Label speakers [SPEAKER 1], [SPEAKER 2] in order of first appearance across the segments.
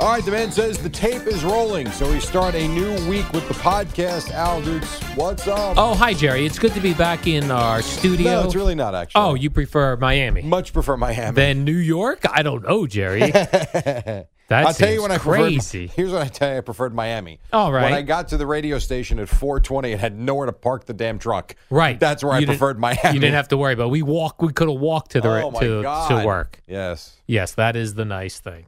[SPEAKER 1] All right, the man says the tape is rolling, so we start a new week with the podcast. Al Dukes, what's up?
[SPEAKER 2] Oh, hi, Jerry. It's good to be back in our studio.
[SPEAKER 1] no, it's really not actually.
[SPEAKER 2] oh, you prefer Miami
[SPEAKER 1] much prefer Miami.
[SPEAKER 2] than New York? I don't know, Jerry. that
[SPEAKER 1] I'll
[SPEAKER 2] seems
[SPEAKER 1] tell you when I preferred.
[SPEAKER 2] crazy.
[SPEAKER 1] Here's what I tell you: I preferred Miami.
[SPEAKER 2] All right.
[SPEAKER 1] When I got to the radio station at 4:20 and had nowhere to park the damn truck.
[SPEAKER 2] right.
[SPEAKER 1] That's where I
[SPEAKER 2] You didn't-
[SPEAKER 1] preferred Miami.
[SPEAKER 2] You didn't have to worry, but we walk. We could have walked to the
[SPEAKER 1] Oh my
[SPEAKER 2] to,
[SPEAKER 1] God.
[SPEAKER 2] to work.
[SPEAKER 1] Yes.
[SPEAKER 2] Yes, that is the nice thing.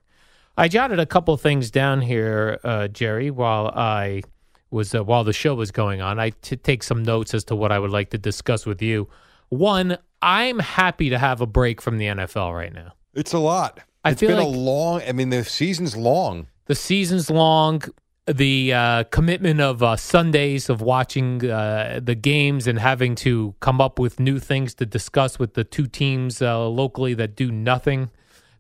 [SPEAKER 2] I jotted a couple things down here, uh, Jerry, while I was uh, while the show was going on. I t- take some notes as to what I would like to discuss with you. One, I'm happy to have a break from the NFL right now.
[SPEAKER 1] It's a lot.
[SPEAKER 2] I
[SPEAKER 1] It's
[SPEAKER 2] feel
[SPEAKER 1] been
[SPEAKER 2] like-
[SPEAKER 1] a long. I mean, the season's long.
[SPEAKER 2] The season's long. The uh, commitment of uh, Sundays of watching uh, the games and having to come up with new things to discuss with the two teams uh, locally that do nothing,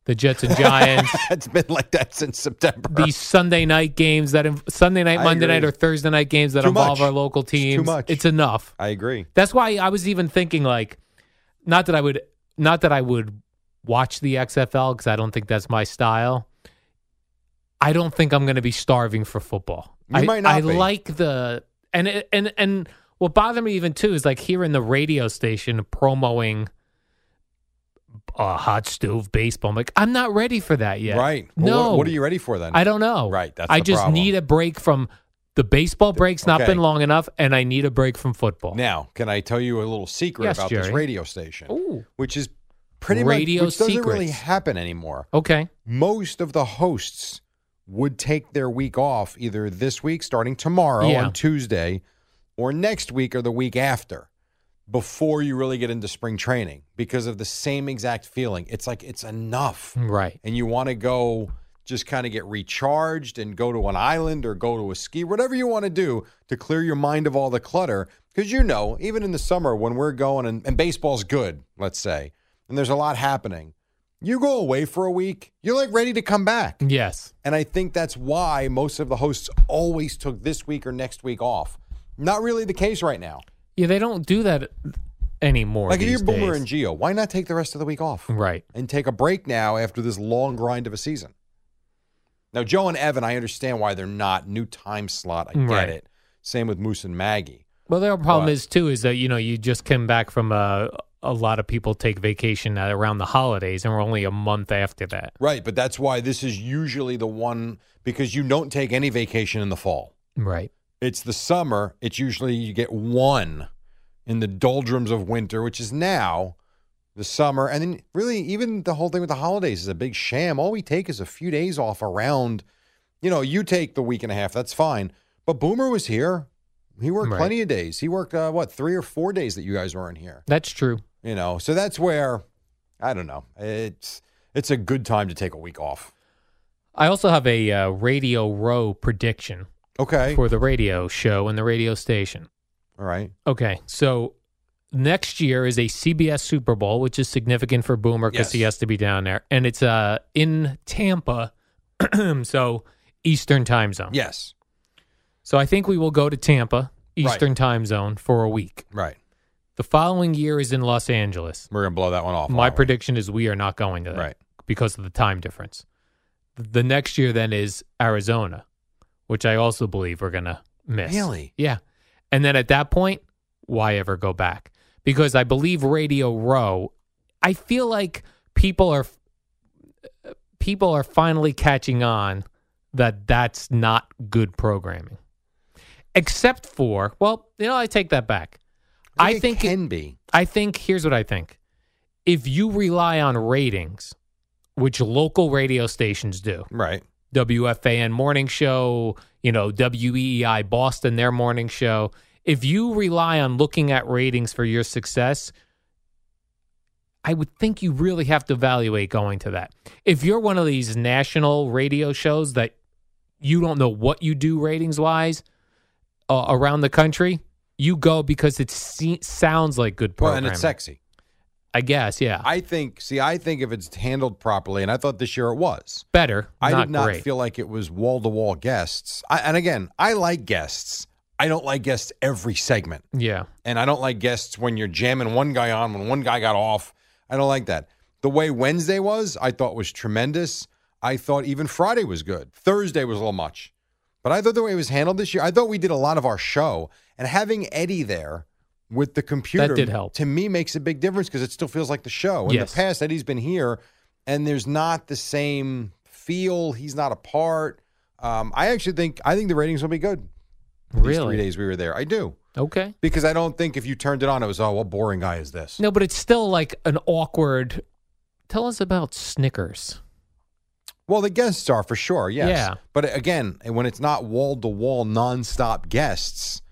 [SPEAKER 2] the Jets and Giants.
[SPEAKER 1] it's been like that since September.
[SPEAKER 2] these Sunday night games that inv- Sunday night,
[SPEAKER 1] I
[SPEAKER 2] Monday
[SPEAKER 1] agree.
[SPEAKER 2] night, or Thursday night games that
[SPEAKER 1] Too
[SPEAKER 2] involve
[SPEAKER 1] much.
[SPEAKER 2] our local
[SPEAKER 1] It's too
[SPEAKER 2] teams.
[SPEAKER 1] much.
[SPEAKER 2] enough.
[SPEAKER 1] I agree.
[SPEAKER 2] That's why I was even thinking like, not that I would, not that I would watch the XFL because I don't think that's my style. I don't think I'm going to be starving for football.
[SPEAKER 1] You
[SPEAKER 2] I,
[SPEAKER 1] might not
[SPEAKER 2] I
[SPEAKER 1] be.
[SPEAKER 2] like the and it- and and what bothered me even too is like hearing the radio station promoting. Uh, hot stove baseball. I'm like, I'm not ready for that yet.
[SPEAKER 1] Right. Well,
[SPEAKER 2] No.
[SPEAKER 1] What, what are you ready for then?
[SPEAKER 2] I don't know.
[SPEAKER 1] Right, that's
[SPEAKER 2] I
[SPEAKER 1] the
[SPEAKER 2] just
[SPEAKER 1] problem.
[SPEAKER 2] need a break from the baseball break's not
[SPEAKER 1] okay.
[SPEAKER 2] been long enough, and I need a break from football.
[SPEAKER 1] Now, can I tell you a little secret
[SPEAKER 2] Yes,
[SPEAKER 1] about this
[SPEAKER 2] Jerry.
[SPEAKER 1] radio station?
[SPEAKER 2] Ooh.
[SPEAKER 1] Which is pretty
[SPEAKER 2] Radio
[SPEAKER 1] much which doesn't really
[SPEAKER 2] secrets.
[SPEAKER 1] happen anymore.
[SPEAKER 2] Okay.
[SPEAKER 1] Most of the hosts would take their week off either this week starting tomorrow
[SPEAKER 2] Yeah.
[SPEAKER 1] on Tuesday or next week or the week after before you really get into spring training because of the same exact feeling. It's like it's enough
[SPEAKER 2] Right.
[SPEAKER 1] and you want to go just kind of get recharged and go to an island or go to a ski, whatever you want to do to clear your mind of all the clutter. Because you know, even in the summer when we're going and, and baseball's good, let's say, and there's a lot happening, you go away for a week, you're like ready to come back.
[SPEAKER 2] Yes.
[SPEAKER 1] And I think that's why most of the hosts always took this week or next week off. Not really the case right now.
[SPEAKER 2] Yeah, they don't do that anymore.
[SPEAKER 1] Like if you're
[SPEAKER 2] these
[SPEAKER 1] Boomer
[SPEAKER 2] days.
[SPEAKER 1] and Geo, why not take the rest of the week off?
[SPEAKER 2] Right.
[SPEAKER 1] and take a break now after this long grind of a season. Now, Joe and Evan, I understand why they're not new time slot. I get
[SPEAKER 2] Right.
[SPEAKER 1] it. Same with Moose and Maggie.
[SPEAKER 2] Well, their problem
[SPEAKER 1] But-
[SPEAKER 2] is too is that you know you just came back from a a lot of people take vacation at- around the holidays, and we're only a month after that.
[SPEAKER 1] Right, but that's why this is usually the one because you don't take any vacation in the fall.
[SPEAKER 2] Right.
[SPEAKER 1] It's the summer. It's usually you get one in the doldrums of winter, which is now the summer. And then really even the whole thing with the holidays is a big sham. All we take is a few days off around, you know, you take the week and a half, that's fine. But Boomer was here. He worked
[SPEAKER 2] Right.
[SPEAKER 1] plenty of days. He worked uh, what, 3 or 4 days that you guys weren't here,
[SPEAKER 2] That's true.
[SPEAKER 1] you know. So that's where I don't know. It's it's a good time to take a week off.
[SPEAKER 2] I also have a uh, Radio Row prediction
[SPEAKER 1] Okay.
[SPEAKER 2] for the radio show and the radio station.
[SPEAKER 1] All right.
[SPEAKER 2] Okay, so next year is a CBS Super Bowl, which is significant for Boomer because
[SPEAKER 1] Yes.
[SPEAKER 2] he has to be down there, and it's uh in Tampa, so Eastern time zone.
[SPEAKER 1] Yes.
[SPEAKER 2] So I think we will go to Tampa,
[SPEAKER 1] Right.
[SPEAKER 2] Eastern time zone, for a week.
[SPEAKER 1] Right.
[SPEAKER 2] The following year is in Los Angeles.
[SPEAKER 1] We're gonna blow that one off.
[SPEAKER 2] My
[SPEAKER 1] aren't we?
[SPEAKER 2] prediction is we are not going to that
[SPEAKER 1] Right.
[SPEAKER 2] because of the time difference. The next year then is Arizona, which I also believe we're going to miss.
[SPEAKER 1] Really?
[SPEAKER 2] Yeah. And then at that point, why ever go back? Because I believe Radio Row, I feel like people are uh, people are finally catching on that that's not good programming. Except for, well, you know, I take that back. I think
[SPEAKER 1] it
[SPEAKER 2] it-
[SPEAKER 1] can be.
[SPEAKER 2] I think here's what I think. If you rely on ratings, which local radio stations do,
[SPEAKER 1] Right.
[SPEAKER 2] WFAN morning show, you know, WEEI Boston, their morning show, if you rely on looking at ratings for your success, I would think you really have to evaluate going to that. If you're one of these national radio shows that you don't know what you do ratings wise uh, around the country, you go because it se- sounds like good
[SPEAKER 1] Well,
[SPEAKER 2] programming.
[SPEAKER 1] and it's sexy.
[SPEAKER 2] I guess, yeah.
[SPEAKER 1] I think. See, I think if it's handled properly, and I thought this year it was.
[SPEAKER 2] Better.
[SPEAKER 1] I did not
[SPEAKER 2] great.
[SPEAKER 1] feel like it was wall to wall guests. I, and again, I like guests. I don't like guests every segment,
[SPEAKER 2] Yeah.
[SPEAKER 1] and I don't like guests when you're jamming one guy on when one guy got off. I don't like that. The way Wednesday was, I thought was tremendous. I thought even Friday was good. Thursday was a little much, but I thought the way it was handled this year, I thought we did a lot of our show, and having Eddie there with the computer
[SPEAKER 2] did help.
[SPEAKER 1] to me makes a big difference because it still feels like the show. In
[SPEAKER 2] Yes.
[SPEAKER 1] the past, Eddie's been here, and there's not the same feel. He's not a part. Um, I actually think I think the ratings will be good. These three
[SPEAKER 2] Really?
[SPEAKER 1] days we were there, I do
[SPEAKER 2] Okay.
[SPEAKER 1] because I don't think if you turned it on, it was oh, what boring guy is this?
[SPEAKER 2] No, but it's still like an awkward. Tell us about Snickers.
[SPEAKER 1] Well, the guests are for sure, yes.
[SPEAKER 2] Yeah.
[SPEAKER 1] But again, when it's not wall to wall, nonstop guests,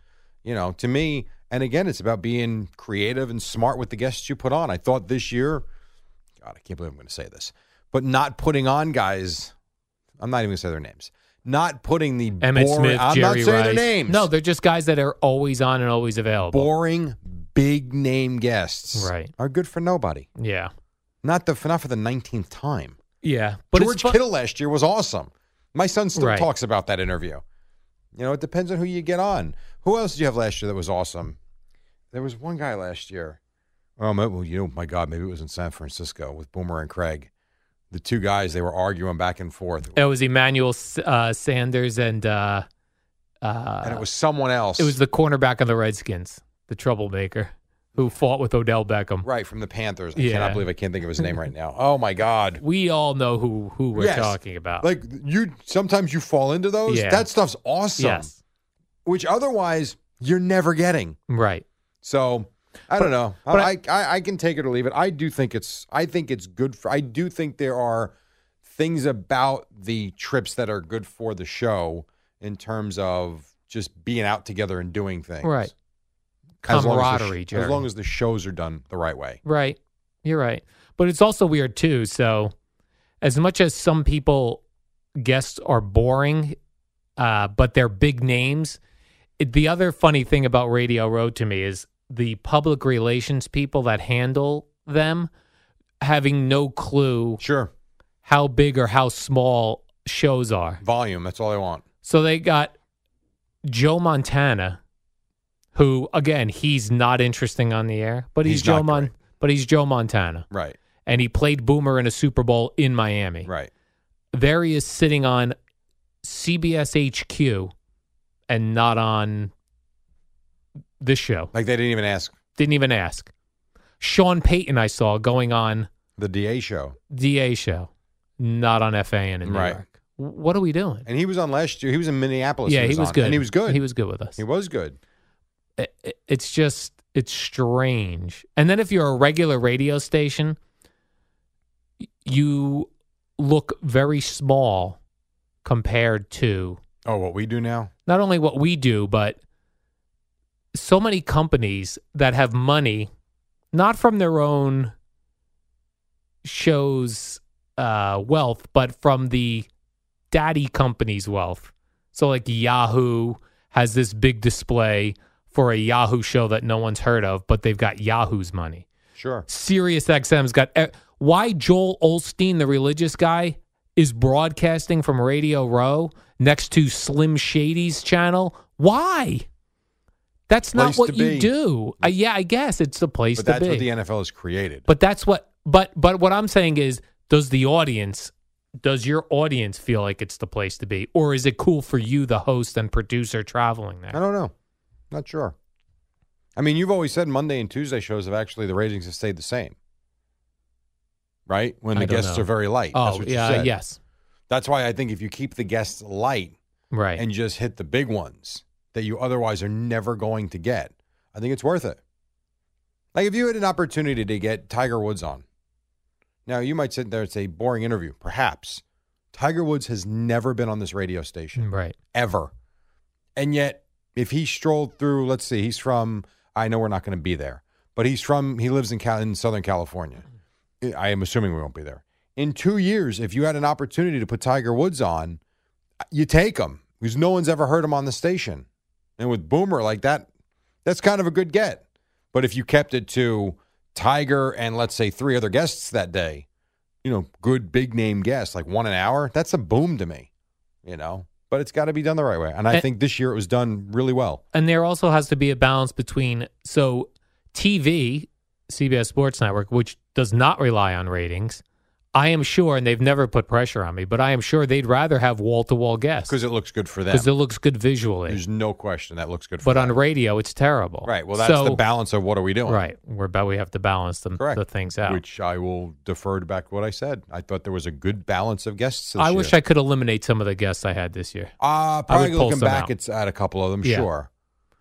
[SPEAKER 1] you know, to me, and again, it's about being creative and smart with the guests you put on. I thought this year, God, I can't believe I'm going to say this, but not putting on guys. I'm not even going to say their names. Not putting the
[SPEAKER 2] Emmett
[SPEAKER 1] boring,
[SPEAKER 2] Smith,
[SPEAKER 1] I'm
[SPEAKER 2] Jerry
[SPEAKER 1] not saying
[SPEAKER 2] Rice.
[SPEAKER 1] their names.
[SPEAKER 2] No, they're just guys that are always on and always available.
[SPEAKER 1] boring, big name guests.
[SPEAKER 2] Right.
[SPEAKER 1] Are good for nobody.
[SPEAKER 2] Yeah.
[SPEAKER 1] Not the not for the nineteenth time.
[SPEAKER 2] Yeah. But
[SPEAKER 1] George
[SPEAKER 2] it's fu-
[SPEAKER 1] Kittle last year was awesome. My son still
[SPEAKER 2] Right.
[SPEAKER 1] talks about that interview. You know, it depends on who you get on. Who else did you have last year that was awesome? There was one guy last year. Oh, my, well, you know, my God, maybe it was in San Francisco with Boomer and Craig. The two guys, they were arguing back and forth.
[SPEAKER 2] It was Emmanuel S- uh, Sanders and uh, uh,
[SPEAKER 1] and it was someone else.
[SPEAKER 2] it was the cornerback of the Redskins, the troublemaker who fought with Odell Beckham.
[SPEAKER 1] right from the Panthers. I
[SPEAKER 2] Yeah.
[SPEAKER 1] cannot believe I can't think of his name right now. Oh, my God.
[SPEAKER 2] We all know who who we're
[SPEAKER 1] Yes.
[SPEAKER 2] talking about.
[SPEAKER 1] Like, you sometimes you fall into those.
[SPEAKER 2] Yeah.
[SPEAKER 1] That stuff's awesome,
[SPEAKER 2] yes.
[SPEAKER 1] which otherwise you're never getting.
[SPEAKER 2] Right.
[SPEAKER 1] So I don't know.
[SPEAKER 2] but
[SPEAKER 1] I, I I can take it or leave it. I do think it's I think it's good for. I do think there are things about the trips that are good for the show in terms of just being out together and doing things.
[SPEAKER 2] Right.
[SPEAKER 1] As long as the sh-
[SPEAKER 2] Camaraderie, Jerry.
[SPEAKER 1] As long as the shows are done the right way.
[SPEAKER 2] Right. You're right. But it's also weird too. So as much as some people guests are boring, uh, but they're big names. It, the other funny thing about Radio Row to me is the public relations people that handle them having no clue
[SPEAKER 1] Sure.
[SPEAKER 2] how big or how small shows are.
[SPEAKER 1] Volume. That's all I want.
[SPEAKER 2] So they got Joe Montana, who again he's not interesting on the air, but he's,
[SPEAKER 1] He's
[SPEAKER 2] Joe
[SPEAKER 1] not
[SPEAKER 2] Mon-
[SPEAKER 1] great.
[SPEAKER 2] but he's Joe Montana,
[SPEAKER 1] Right.
[SPEAKER 2] and he played Boomer in a Super Bowl in Miami.
[SPEAKER 1] Right.
[SPEAKER 2] There he is sitting on CBS HQ, and not on this show.
[SPEAKER 1] Like they didn't even ask
[SPEAKER 2] Didn't even ask. Sean Payton, I saw going on
[SPEAKER 1] the DA show,
[SPEAKER 2] DA show, not on FAN in New
[SPEAKER 1] Right.
[SPEAKER 2] York. W- What are we doing?
[SPEAKER 1] and he was on last year. He was in Minneapolis.
[SPEAKER 2] yeah, he was
[SPEAKER 1] on,
[SPEAKER 2] good.
[SPEAKER 1] and he was good.
[SPEAKER 2] He was good with us.
[SPEAKER 1] He was good.
[SPEAKER 2] i- i- it's just it's strange. And then if you're a regular radio station, y- you look very small compared to
[SPEAKER 1] Oh, what we do now?
[SPEAKER 2] not only what we do, but so many companies that have money not from their own shows uh, wealth, but from the daddy company's wealth. So like Yahoo has this big display for a Yahoo show that no one's heard of, but they've got Yahoo's money.
[SPEAKER 1] Sure.
[SPEAKER 2] Sirius XM's got eh, why Joel Olstein, the religious guy, is broadcasting from Radio Row next to Slim Shady's channel. Why? That's not
[SPEAKER 1] Place
[SPEAKER 2] what
[SPEAKER 1] to
[SPEAKER 2] you
[SPEAKER 1] be.
[SPEAKER 2] do. Uh, yeah, I guess it's the place
[SPEAKER 1] But
[SPEAKER 2] to
[SPEAKER 1] that's
[SPEAKER 2] be.
[SPEAKER 1] what the NFL has created.
[SPEAKER 2] But that's what. But but what I'm saying is, does the audience, does your audience feel like it's the place to be, or is it cool for you, the host and producer, traveling
[SPEAKER 1] I
[SPEAKER 2] there?
[SPEAKER 1] don't know. Not sure. I mean, you've always said Monday and Tuesday shows have actually the ratings have stayed the same. Right? When
[SPEAKER 2] I
[SPEAKER 1] the
[SPEAKER 2] don't
[SPEAKER 1] guests
[SPEAKER 2] know.
[SPEAKER 1] are very light. that's
[SPEAKER 2] Oh
[SPEAKER 1] what you
[SPEAKER 2] yeah,
[SPEAKER 1] said.
[SPEAKER 2] yes,
[SPEAKER 1] That's why I think if you keep the guests light
[SPEAKER 2] right.
[SPEAKER 1] and just hit the big ones that you otherwise are never going to get, I think it's worth it. Like if you had an opportunity to get Tiger Woods on. Now you might sit there and say boring interview, perhaps. Tiger Woods has never been on this radio station
[SPEAKER 2] right.
[SPEAKER 1] ever. And yet, if he strolled through, let's see, he's from, I know we're not going to be there, but he's from, he lives in, Cal- in Southern California. I I am assuming we won't be there. In two years, if you had an opportunity to put Tiger Woods on, you take him because no one's ever heard him on the station. And with Boomer like that, that's kind of a good get. But if you kept it to Tiger and let's say three other guests that day, you know, good big name guests, like one an hour, that's a boom to me, you know? But it's got to be done the right way. And I
[SPEAKER 2] And-
[SPEAKER 1] think this year it was done really well.
[SPEAKER 2] And there also has to be a balance between so TV, CBS Sports Network, which does not rely on ratings. I am sure, and they've never put pressure on me, but I am sure they'd rather have wall to wall guests
[SPEAKER 1] Because it looks good for them.
[SPEAKER 2] because it looks good visually.
[SPEAKER 1] There's no question that looks good for
[SPEAKER 2] But
[SPEAKER 1] them.
[SPEAKER 2] on radio, it's terrible.
[SPEAKER 1] Right. Well, that's
[SPEAKER 2] So-
[SPEAKER 1] the balance of what are we doing?
[SPEAKER 2] Right. We're about we have to balance them
[SPEAKER 1] Correct.
[SPEAKER 2] the things out.
[SPEAKER 1] Which I will defer to back to what I said. I thought there was a good balance of guests. This
[SPEAKER 2] I wish
[SPEAKER 1] year.
[SPEAKER 2] I could eliminate some of the guests I had this year.
[SPEAKER 1] Uh, probably
[SPEAKER 2] would pull
[SPEAKER 1] looking
[SPEAKER 2] some
[SPEAKER 1] back,
[SPEAKER 2] out.
[SPEAKER 1] it's at a couple of them,
[SPEAKER 2] Yeah.
[SPEAKER 1] sure.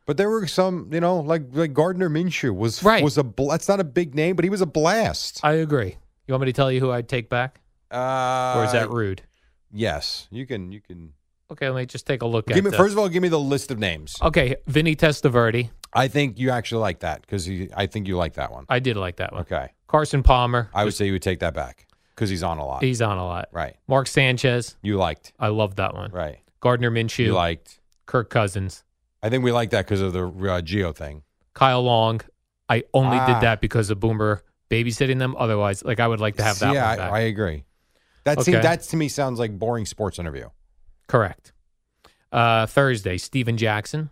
[SPEAKER 1] But there were some, you know, like like Gardner Minshew was
[SPEAKER 2] Right.
[SPEAKER 1] was a bl- that's not a big name, but he was a blast.
[SPEAKER 2] I agree. You want me to tell you who I'd take back?
[SPEAKER 1] Uh,
[SPEAKER 2] Or is that rude?
[SPEAKER 1] Yes, you can you can
[SPEAKER 2] Okay, let me just take a look at
[SPEAKER 1] give me
[SPEAKER 2] the-
[SPEAKER 1] first of all give me the list of names.
[SPEAKER 2] Okay, Vinny Testaverde.
[SPEAKER 1] I think you actually like that because I think you like that one.
[SPEAKER 2] I did like that one.
[SPEAKER 1] Okay,
[SPEAKER 2] Carson Palmer.
[SPEAKER 1] I would say you would take that back because he's on a lot.
[SPEAKER 2] He's on a lot.
[SPEAKER 1] Uh, right,
[SPEAKER 2] Mark Sanchez.
[SPEAKER 1] you liked
[SPEAKER 2] I love that one.
[SPEAKER 1] right,
[SPEAKER 2] Gardner Minshew.
[SPEAKER 1] you liked.
[SPEAKER 2] Kirk Cousins.
[SPEAKER 1] I think we like that because of the uh, Geo thing.
[SPEAKER 2] Kyle Long. I only
[SPEAKER 1] Ah.
[SPEAKER 2] did that because of Boomer babysitting them. Otherwise, like I would like to have that
[SPEAKER 1] yeah,
[SPEAKER 2] one back.
[SPEAKER 1] I, I agree. That seem-
[SPEAKER 2] Okay.
[SPEAKER 1] that to me sounds like boring sports interview.
[SPEAKER 2] Correct. Uh, Thursday, Steven Jackson,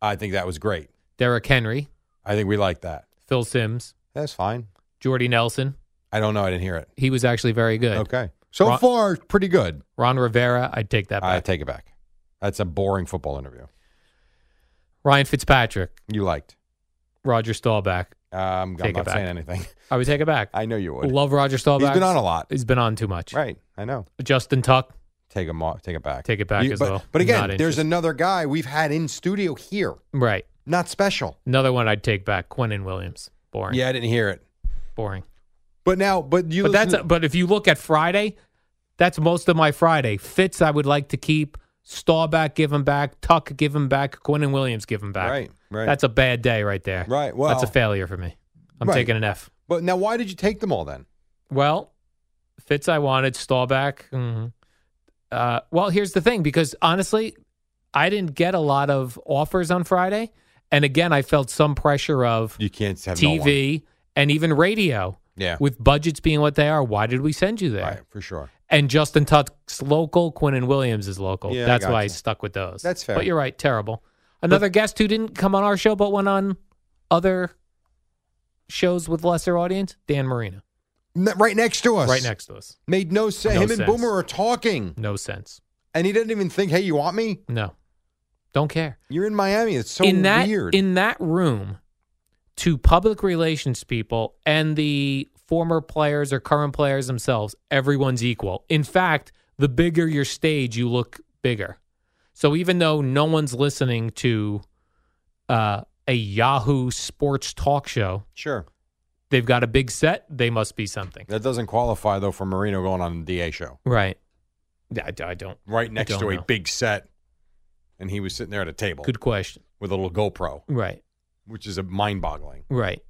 [SPEAKER 1] I think that was great.
[SPEAKER 2] Derek Henry,
[SPEAKER 1] I think we like that.
[SPEAKER 2] Phil Sims,
[SPEAKER 1] That's fine.
[SPEAKER 2] Jordy Nelson.
[SPEAKER 1] I don't know. I didn't hear it.
[SPEAKER 2] He was actually very good.
[SPEAKER 1] Okay. So
[SPEAKER 2] Ron-
[SPEAKER 1] far, pretty good.
[SPEAKER 2] Ron Rivera, I'd take that
[SPEAKER 1] I
[SPEAKER 2] back.
[SPEAKER 1] take it back. That's a boring football interview.
[SPEAKER 2] Ryan Fitzpatrick,
[SPEAKER 1] You liked.
[SPEAKER 2] Roger Staubach.
[SPEAKER 1] Um, I'm
[SPEAKER 2] Take it
[SPEAKER 1] not
[SPEAKER 2] back.
[SPEAKER 1] saying anything.
[SPEAKER 2] I would take it back.
[SPEAKER 1] I know you would.
[SPEAKER 2] Love Roger Staubach.
[SPEAKER 1] He's been on a lot.
[SPEAKER 2] He's been on too much.
[SPEAKER 1] Right. I know.
[SPEAKER 2] Justin Tuck.
[SPEAKER 1] Take him off. Take it back.
[SPEAKER 2] Take it back
[SPEAKER 1] You-
[SPEAKER 2] as
[SPEAKER 1] but,
[SPEAKER 2] well.
[SPEAKER 1] But again,
[SPEAKER 2] Not
[SPEAKER 1] there's
[SPEAKER 2] interested.
[SPEAKER 1] another guy we've had in studio here.
[SPEAKER 2] Right.
[SPEAKER 1] Not special.
[SPEAKER 2] Another one I'd take back. Quentin Williams. Boring.
[SPEAKER 1] Yeah, I didn't hear it.
[SPEAKER 2] Boring.
[SPEAKER 1] But now, but you.
[SPEAKER 2] But
[SPEAKER 1] listen
[SPEAKER 2] that's but if you look at Friday, that's most of my Friday. Fitz, I would like to keep. Staubach, give him back. Tuck, give him back. Quinn and Williams, give him back.
[SPEAKER 1] Right, right.
[SPEAKER 2] That's a bad day right there.
[SPEAKER 1] Right,
[SPEAKER 2] that's
[SPEAKER 1] well-
[SPEAKER 2] a failure for me. I'm
[SPEAKER 1] Right.
[SPEAKER 2] taking an F.
[SPEAKER 1] but now, why did you take them all then?
[SPEAKER 2] Well, Fitz, I wanted Staubach. mhm. Uh, well, here's the thing, because honestly, I didn't get a lot of offers on Friday, and again, I felt some pressure of
[SPEAKER 1] You can't have no one.
[SPEAKER 2] TV and even radio.
[SPEAKER 1] Yeah.
[SPEAKER 2] With budgets being what they are, why did we send you there?
[SPEAKER 1] Right, for sure.
[SPEAKER 2] and Justin Tuck's local, Quinn and Williams is local.
[SPEAKER 1] Yeah, I
[SPEAKER 2] That's
[SPEAKER 1] got
[SPEAKER 2] why
[SPEAKER 1] you.
[SPEAKER 2] I stuck with those.
[SPEAKER 1] That's fair.
[SPEAKER 2] But you're right, terrible. Another guest who didn't come on our show but went on other shows with lesser audience, Dan Marino,
[SPEAKER 1] Ne- right next to us.
[SPEAKER 2] right next to us.
[SPEAKER 1] Made no sense.
[SPEAKER 2] No
[SPEAKER 1] Him and
[SPEAKER 2] sense.
[SPEAKER 1] Boomer are talking,
[SPEAKER 2] No sense.
[SPEAKER 1] and he didn't even think, "Hey, you want me?
[SPEAKER 2] No. Don't care.
[SPEAKER 1] You're in Miami. It's so
[SPEAKER 2] in that
[SPEAKER 1] weird."
[SPEAKER 2] in that room to public relations people and the former players or current players themselves everyone's equal in fact the bigger your stage you look bigger so even though no one's listening to uh, a yahoo sports talk show
[SPEAKER 1] sure,
[SPEAKER 2] they've got a big set they must be something
[SPEAKER 1] that doesn't qualify though for Marino going on the DA show.
[SPEAKER 2] right Yeah, i, I don't
[SPEAKER 1] Right
[SPEAKER 2] I
[SPEAKER 1] next
[SPEAKER 2] don't
[SPEAKER 1] to a
[SPEAKER 2] know.
[SPEAKER 1] big set, and he was sitting there at a table
[SPEAKER 2] good question
[SPEAKER 1] with a little GoPro,
[SPEAKER 2] right
[SPEAKER 1] which is a mind-boggling.
[SPEAKER 2] right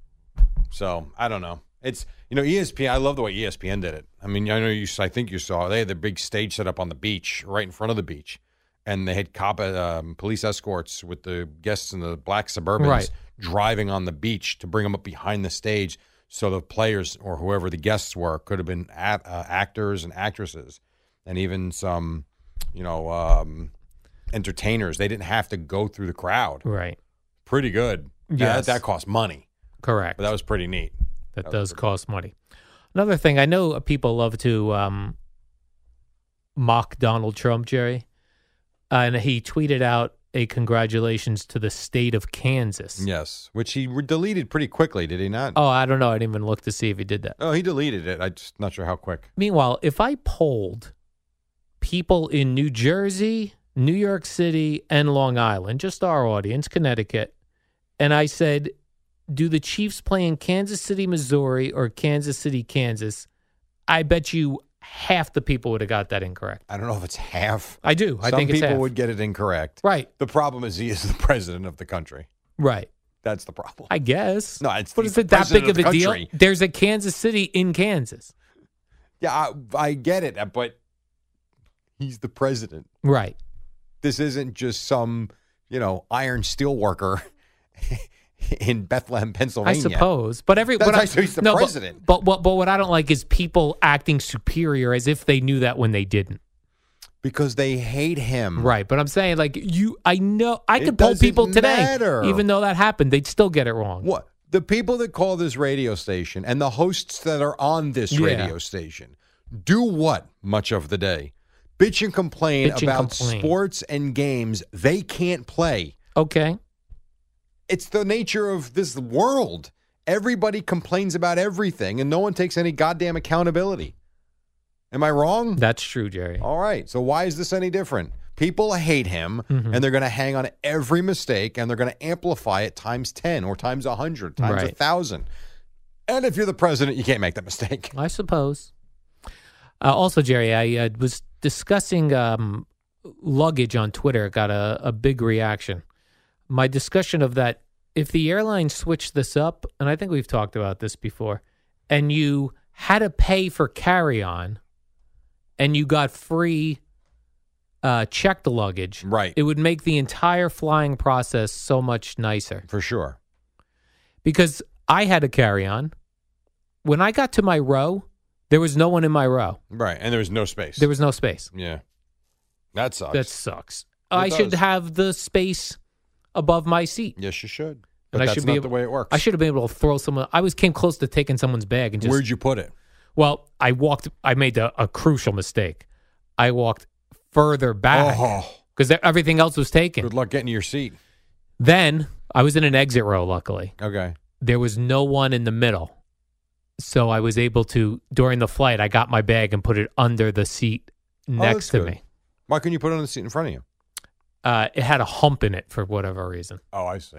[SPEAKER 1] So I don't know. It's you know E ESPN. I love the way ESPN did it. I mean, I know you. I think you saw they had the big stage set up on the beach, right in front of the beach, and they had cop um, police escorts with the guests in the black Suburbans
[SPEAKER 2] Right.
[SPEAKER 1] driving on the beach to bring them up behind the stage, so the players or whoever the guests were could have been at, uh, actors and actresses, and even some, you know, um, entertainers. They didn't have to go through the crowd.
[SPEAKER 2] Right.
[SPEAKER 1] Pretty good. Yeah,
[SPEAKER 2] Yes.
[SPEAKER 1] that, that cost money,
[SPEAKER 2] Correct.
[SPEAKER 1] but that was pretty neat.
[SPEAKER 2] that
[SPEAKER 1] That was
[SPEAKER 2] does cost money. Another thing, I know uh, people love to um, mock Donald Trump, Jerry, and he tweeted out a congratulations to the state of Kansas.
[SPEAKER 1] Yes, which he re- deleted pretty quickly, did he not?
[SPEAKER 2] Oh, I don't know. I didn't even look to see if he did that.
[SPEAKER 1] Oh, he deleted it. I'm just not sure how quick.
[SPEAKER 2] Meanwhile, if I polled people in New Jersey, New York City, and Long Island, just our audience, Connecticut, and I said, do the Chiefs play in Kansas City, Missouri, or Kansas City, Kansas? I bet you half the people would have got that incorrect.
[SPEAKER 1] I don't know if it's half.
[SPEAKER 2] I do. I
[SPEAKER 1] Some
[SPEAKER 2] think it's
[SPEAKER 1] people
[SPEAKER 2] half.
[SPEAKER 1] would get it incorrect.
[SPEAKER 2] Right,
[SPEAKER 1] The problem is he is the president of the country.
[SPEAKER 2] right.
[SPEAKER 1] That's the problem.
[SPEAKER 2] I guess.
[SPEAKER 1] No, it's
[SPEAKER 2] but
[SPEAKER 1] the
[SPEAKER 2] is it that
[SPEAKER 1] president
[SPEAKER 2] big of
[SPEAKER 1] of
[SPEAKER 2] a
[SPEAKER 1] the
[SPEAKER 2] deal?
[SPEAKER 1] country.
[SPEAKER 2] There's a Kansas City in Kansas.
[SPEAKER 1] yeah, I, I get it, uh, but he's the president.
[SPEAKER 2] Right.
[SPEAKER 1] This isn't just some, you know, iron steel worker in Bethlehem,
[SPEAKER 2] I
[SPEAKER 1] Pennsylvania.
[SPEAKER 2] suppose, but every
[SPEAKER 1] That's
[SPEAKER 2] what
[SPEAKER 1] why
[SPEAKER 2] I-
[SPEAKER 1] he's the
[SPEAKER 2] but-
[SPEAKER 1] president.
[SPEAKER 2] But, what but what I don't like is people acting superior as if they knew that when they didn't.
[SPEAKER 1] Because they hate him.
[SPEAKER 2] Right, but I'm saying like you, I know I
[SPEAKER 1] Mm. It
[SPEAKER 2] could poll
[SPEAKER 1] doesn't
[SPEAKER 2] people today,
[SPEAKER 1] matter.
[SPEAKER 2] even though that happened, they'd still get it wrong.
[SPEAKER 1] What the people that call this radio station and the hosts that are on this
[SPEAKER 2] Yeah.
[SPEAKER 1] radio station do what much of the day? Bitch and complain
[SPEAKER 2] Bitch and
[SPEAKER 1] about
[SPEAKER 2] complain.
[SPEAKER 1] sports and games they can't play.
[SPEAKER 2] Okay,
[SPEAKER 1] It's the nature of this world. Everybody complains about everything and no one takes any goddamn accountability. Am I wrong?
[SPEAKER 2] that's true, Jerry.
[SPEAKER 1] All right. So why is this any different? People hate him
[SPEAKER 2] Mm-hmm.
[SPEAKER 1] and they're going to hang on every mistake and they're going to amplify it times 10 or times 100, times a
[SPEAKER 2] Right.
[SPEAKER 1] 1,000. And if you're the president, you can't make that mistake.
[SPEAKER 2] I suppose. Uh, also, Jerry, I uh, was discussing um, luggage on Twitter. It Got a, a big reaction. My discussion of that, if the airline switched this up, and I think we've talked about this before, and you had to pay for carry on and you got free uh, checked luggage,
[SPEAKER 1] Right.
[SPEAKER 2] it would make the entire flying process so much nicer
[SPEAKER 1] For sure.
[SPEAKER 2] because I had a carry on. When I got to my row, there was no one in my row.
[SPEAKER 1] Right. And there's no space.
[SPEAKER 2] There was no space.
[SPEAKER 1] yeah. That sucks.
[SPEAKER 2] That sucks.
[SPEAKER 1] It
[SPEAKER 2] I should
[SPEAKER 1] does.
[SPEAKER 2] have the space above my seat.
[SPEAKER 1] yes, you should.
[SPEAKER 2] And
[SPEAKER 1] But
[SPEAKER 2] I
[SPEAKER 1] that's
[SPEAKER 2] should be
[SPEAKER 1] not
[SPEAKER 2] able-
[SPEAKER 1] the way it works.
[SPEAKER 2] I should have been able to throw someone. I was came close to taking someone's bag and just.
[SPEAKER 1] Where'd you put it?
[SPEAKER 2] well, I walked. I made a, a crucial mistake. I walked further back
[SPEAKER 1] Oh,
[SPEAKER 2] because everything else was taken.
[SPEAKER 1] good luck getting to your seat.
[SPEAKER 2] Then I was in an exit row. Luckily,
[SPEAKER 1] Okay.
[SPEAKER 2] there was no one in the middle. So I was able to during the flight I got my bag and put it under the seat next
[SPEAKER 1] Oh, that's
[SPEAKER 2] to
[SPEAKER 1] good.
[SPEAKER 2] me.
[SPEAKER 1] Why couldn't you put it on the seat in front of you?
[SPEAKER 2] Uh, it had a hump in it for whatever reason.
[SPEAKER 1] Oh, I see.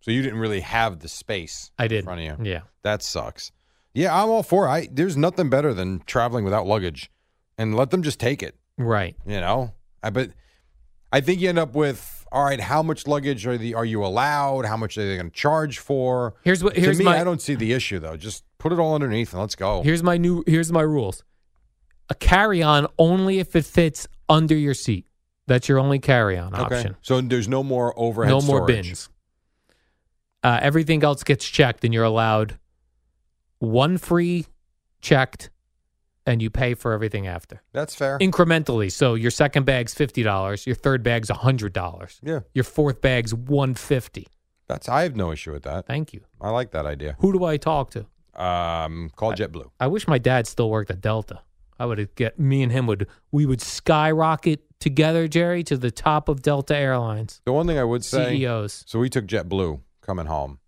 [SPEAKER 1] So you didn't really have the space
[SPEAKER 2] I did.
[SPEAKER 1] in front of you.
[SPEAKER 2] Yeah.
[SPEAKER 1] That sucks. Yeah, I'm all for it. I there's nothing better than traveling without luggage and let them just take it,
[SPEAKER 2] Right.
[SPEAKER 1] you know? I but I think you end up with all right, how much luggage are the are you allowed? How much are they going to charge for?
[SPEAKER 2] Here's what here's
[SPEAKER 1] to me,
[SPEAKER 2] my
[SPEAKER 1] I don't see the issue though. Just put it all underneath and let's go.
[SPEAKER 2] here's my new here's my rules. A carry on only if it fits under your seat. That's your only carry on option.
[SPEAKER 1] So there's no more overhead
[SPEAKER 2] No more
[SPEAKER 1] storage.
[SPEAKER 2] bins. Uh, everything else gets checked, and you're allowed one free checked, and you pay for everything after.
[SPEAKER 1] That's fair.
[SPEAKER 2] incrementally. So your second bag's fifty dollars, your third bag's hundred dollars,
[SPEAKER 1] yeah.
[SPEAKER 2] your fourth bag's one fifty.
[SPEAKER 1] That's I have no issue with that.
[SPEAKER 2] Thank you.
[SPEAKER 1] I like that idea.
[SPEAKER 2] Who do I talk to?
[SPEAKER 1] Um call JetBlue.
[SPEAKER 2] I wish my dad still worked at Delta. I would get me and him would we would skyrocket together, Jerry, to the top of Delta Airlines E
[SPEAKER 1] The one thing I would say
[SPEAKER 2] CEOs.
[SPEAKER 1] So we took JetBlue coming home,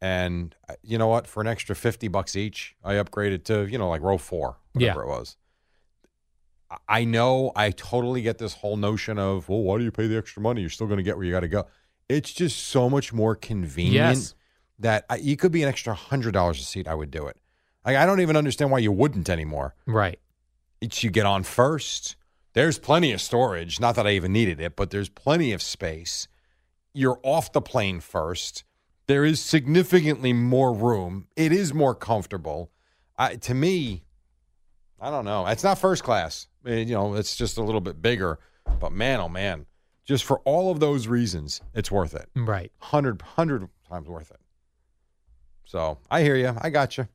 [SPEAKER 1] and uh, you know what? For an extra fifty bucks each, I upgraded to you know like row four, whatever it was. I- I know I totally get this whole notion of well, why do you pay the extra money? You're still going to get where you got to go. It's just so much more convenient
[SPEAKER 2] Yes.
[SPEAKER 1] that I, it could be an extra hundred dollars a seat. I would do it. Like, I don't even understand why you wouldn't anymore.
[SPEAKER 2] Right.
[SPEAKER 1] It's you get on first. There's plenty of storage. Not that I even needed it, but there's plenty of space. You're off the plane first. There is significantly more room. It is more comfortable. I, to me, I don't know. It's not first class. Eh, you know, it's just a little bit bigger. But man, oh man, Just for all of those reasons, it's worth it.
[SPEAKER 2] Right.
[SPEAKER 1] 100, 100 times worth it. So I hear you. I got you.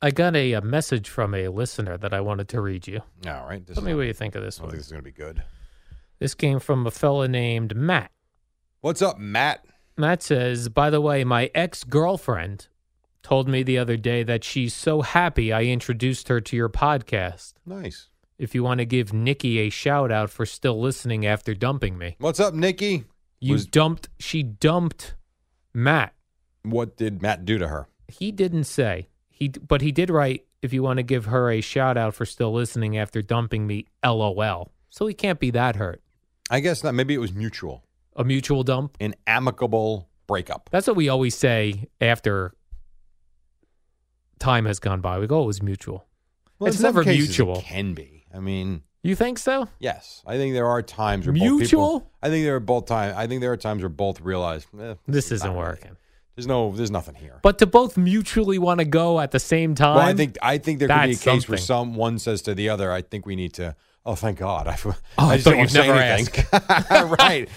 [SPEAKER 2] I got a, a message from a listener that I wanted to read you.
[SPEAKER 1] All right. This
[SPEAKER 2] Tell
[SPEAKER 1] is
[SPEAKER 2] me
[SPEAKER 1] not-
[SPEAKER 2] what you think of
[SPEAKER 1] I
[SPEAKER 2] this
[SPEAKER 1] don't
[SPEAKER 2] one.
[SPEAKER 1] think this is going to be good.
[SPEAKER 2] This came from a fella named Matt.
[SPEAKER 1] What's up, Matt?
[SPEAKER 2] Matt says, by the way, my ex girlfriend told me the other day that she's so happy I introduced her to your podcast.
[SPEAKER 1] Nice.
[SPEAKER 2] If you want to give Nikki a shout out for still listening after dumping me,
[SPEAKER 1] What's up, Nikki?
[SPEAKER 2] you
[SPEAKER 1] Was-
[SPEAKER 2] dumped, she dumped Matt.
[SPEAKER 1] What did Matt do to her?
[SPEAKER 2] He didn't say, he, d- but he did write, if you want to give her a shout out for still listening after dumping me, lol. So he can't be that hurt.
[SPEAKER 1] I guess not. Maybe it was mutual,
[SPEAKER 2] A mutual dump.
[SPEAKER 1] an amicable breakup.
[SPEAKER 2] That's what we always say after time has gone by. We go, "Oh, it was mutual.
[SPEAKER 1] Well,
[SPEAKER 2] It's
[SPEAKER 1] in some
[SPEAKER 2] never
[SPEAKER 1] cases,
[SPEAKER 2] mutual.
[SPEAKER 1] It can be. I mean,
[SPEAKER 2] You think so?
[SPEAKER 1] yes. I think there are times where both people,
[SPEAKER 2] Mutual?
[SPEAKER 1] I think there are both time. I think there are times where both realize eh,
[SPEAKER 2] This
[SPEAKER 1] not
[SPEAKER 2] isn't
[SPEAKER 1] really.
[SPEAKER 2] working.
[SPEAKER 1] There's no. There's nothing here.
[SPEAKER 2] But to both mutually want to go at the same time.
[SPEAKER 1] well, I think I think there could be a case
[SPEAKER 2] that's
[SPEAKER 1] where
[SPEAKER 2] something.
[SPEAKER 1] some one says to the other, "I think we need to." Oh, thank God! I,
[SPEAKER 2] I
[SPEAKER 1] just
[SPEAKER 2] thought
[SPEAKER 1] don't want
[SPEAKER 2] you'd
[SPEAKER 1] to say
[SPEAKER 2] never
[SPEAKER 1] anything. right.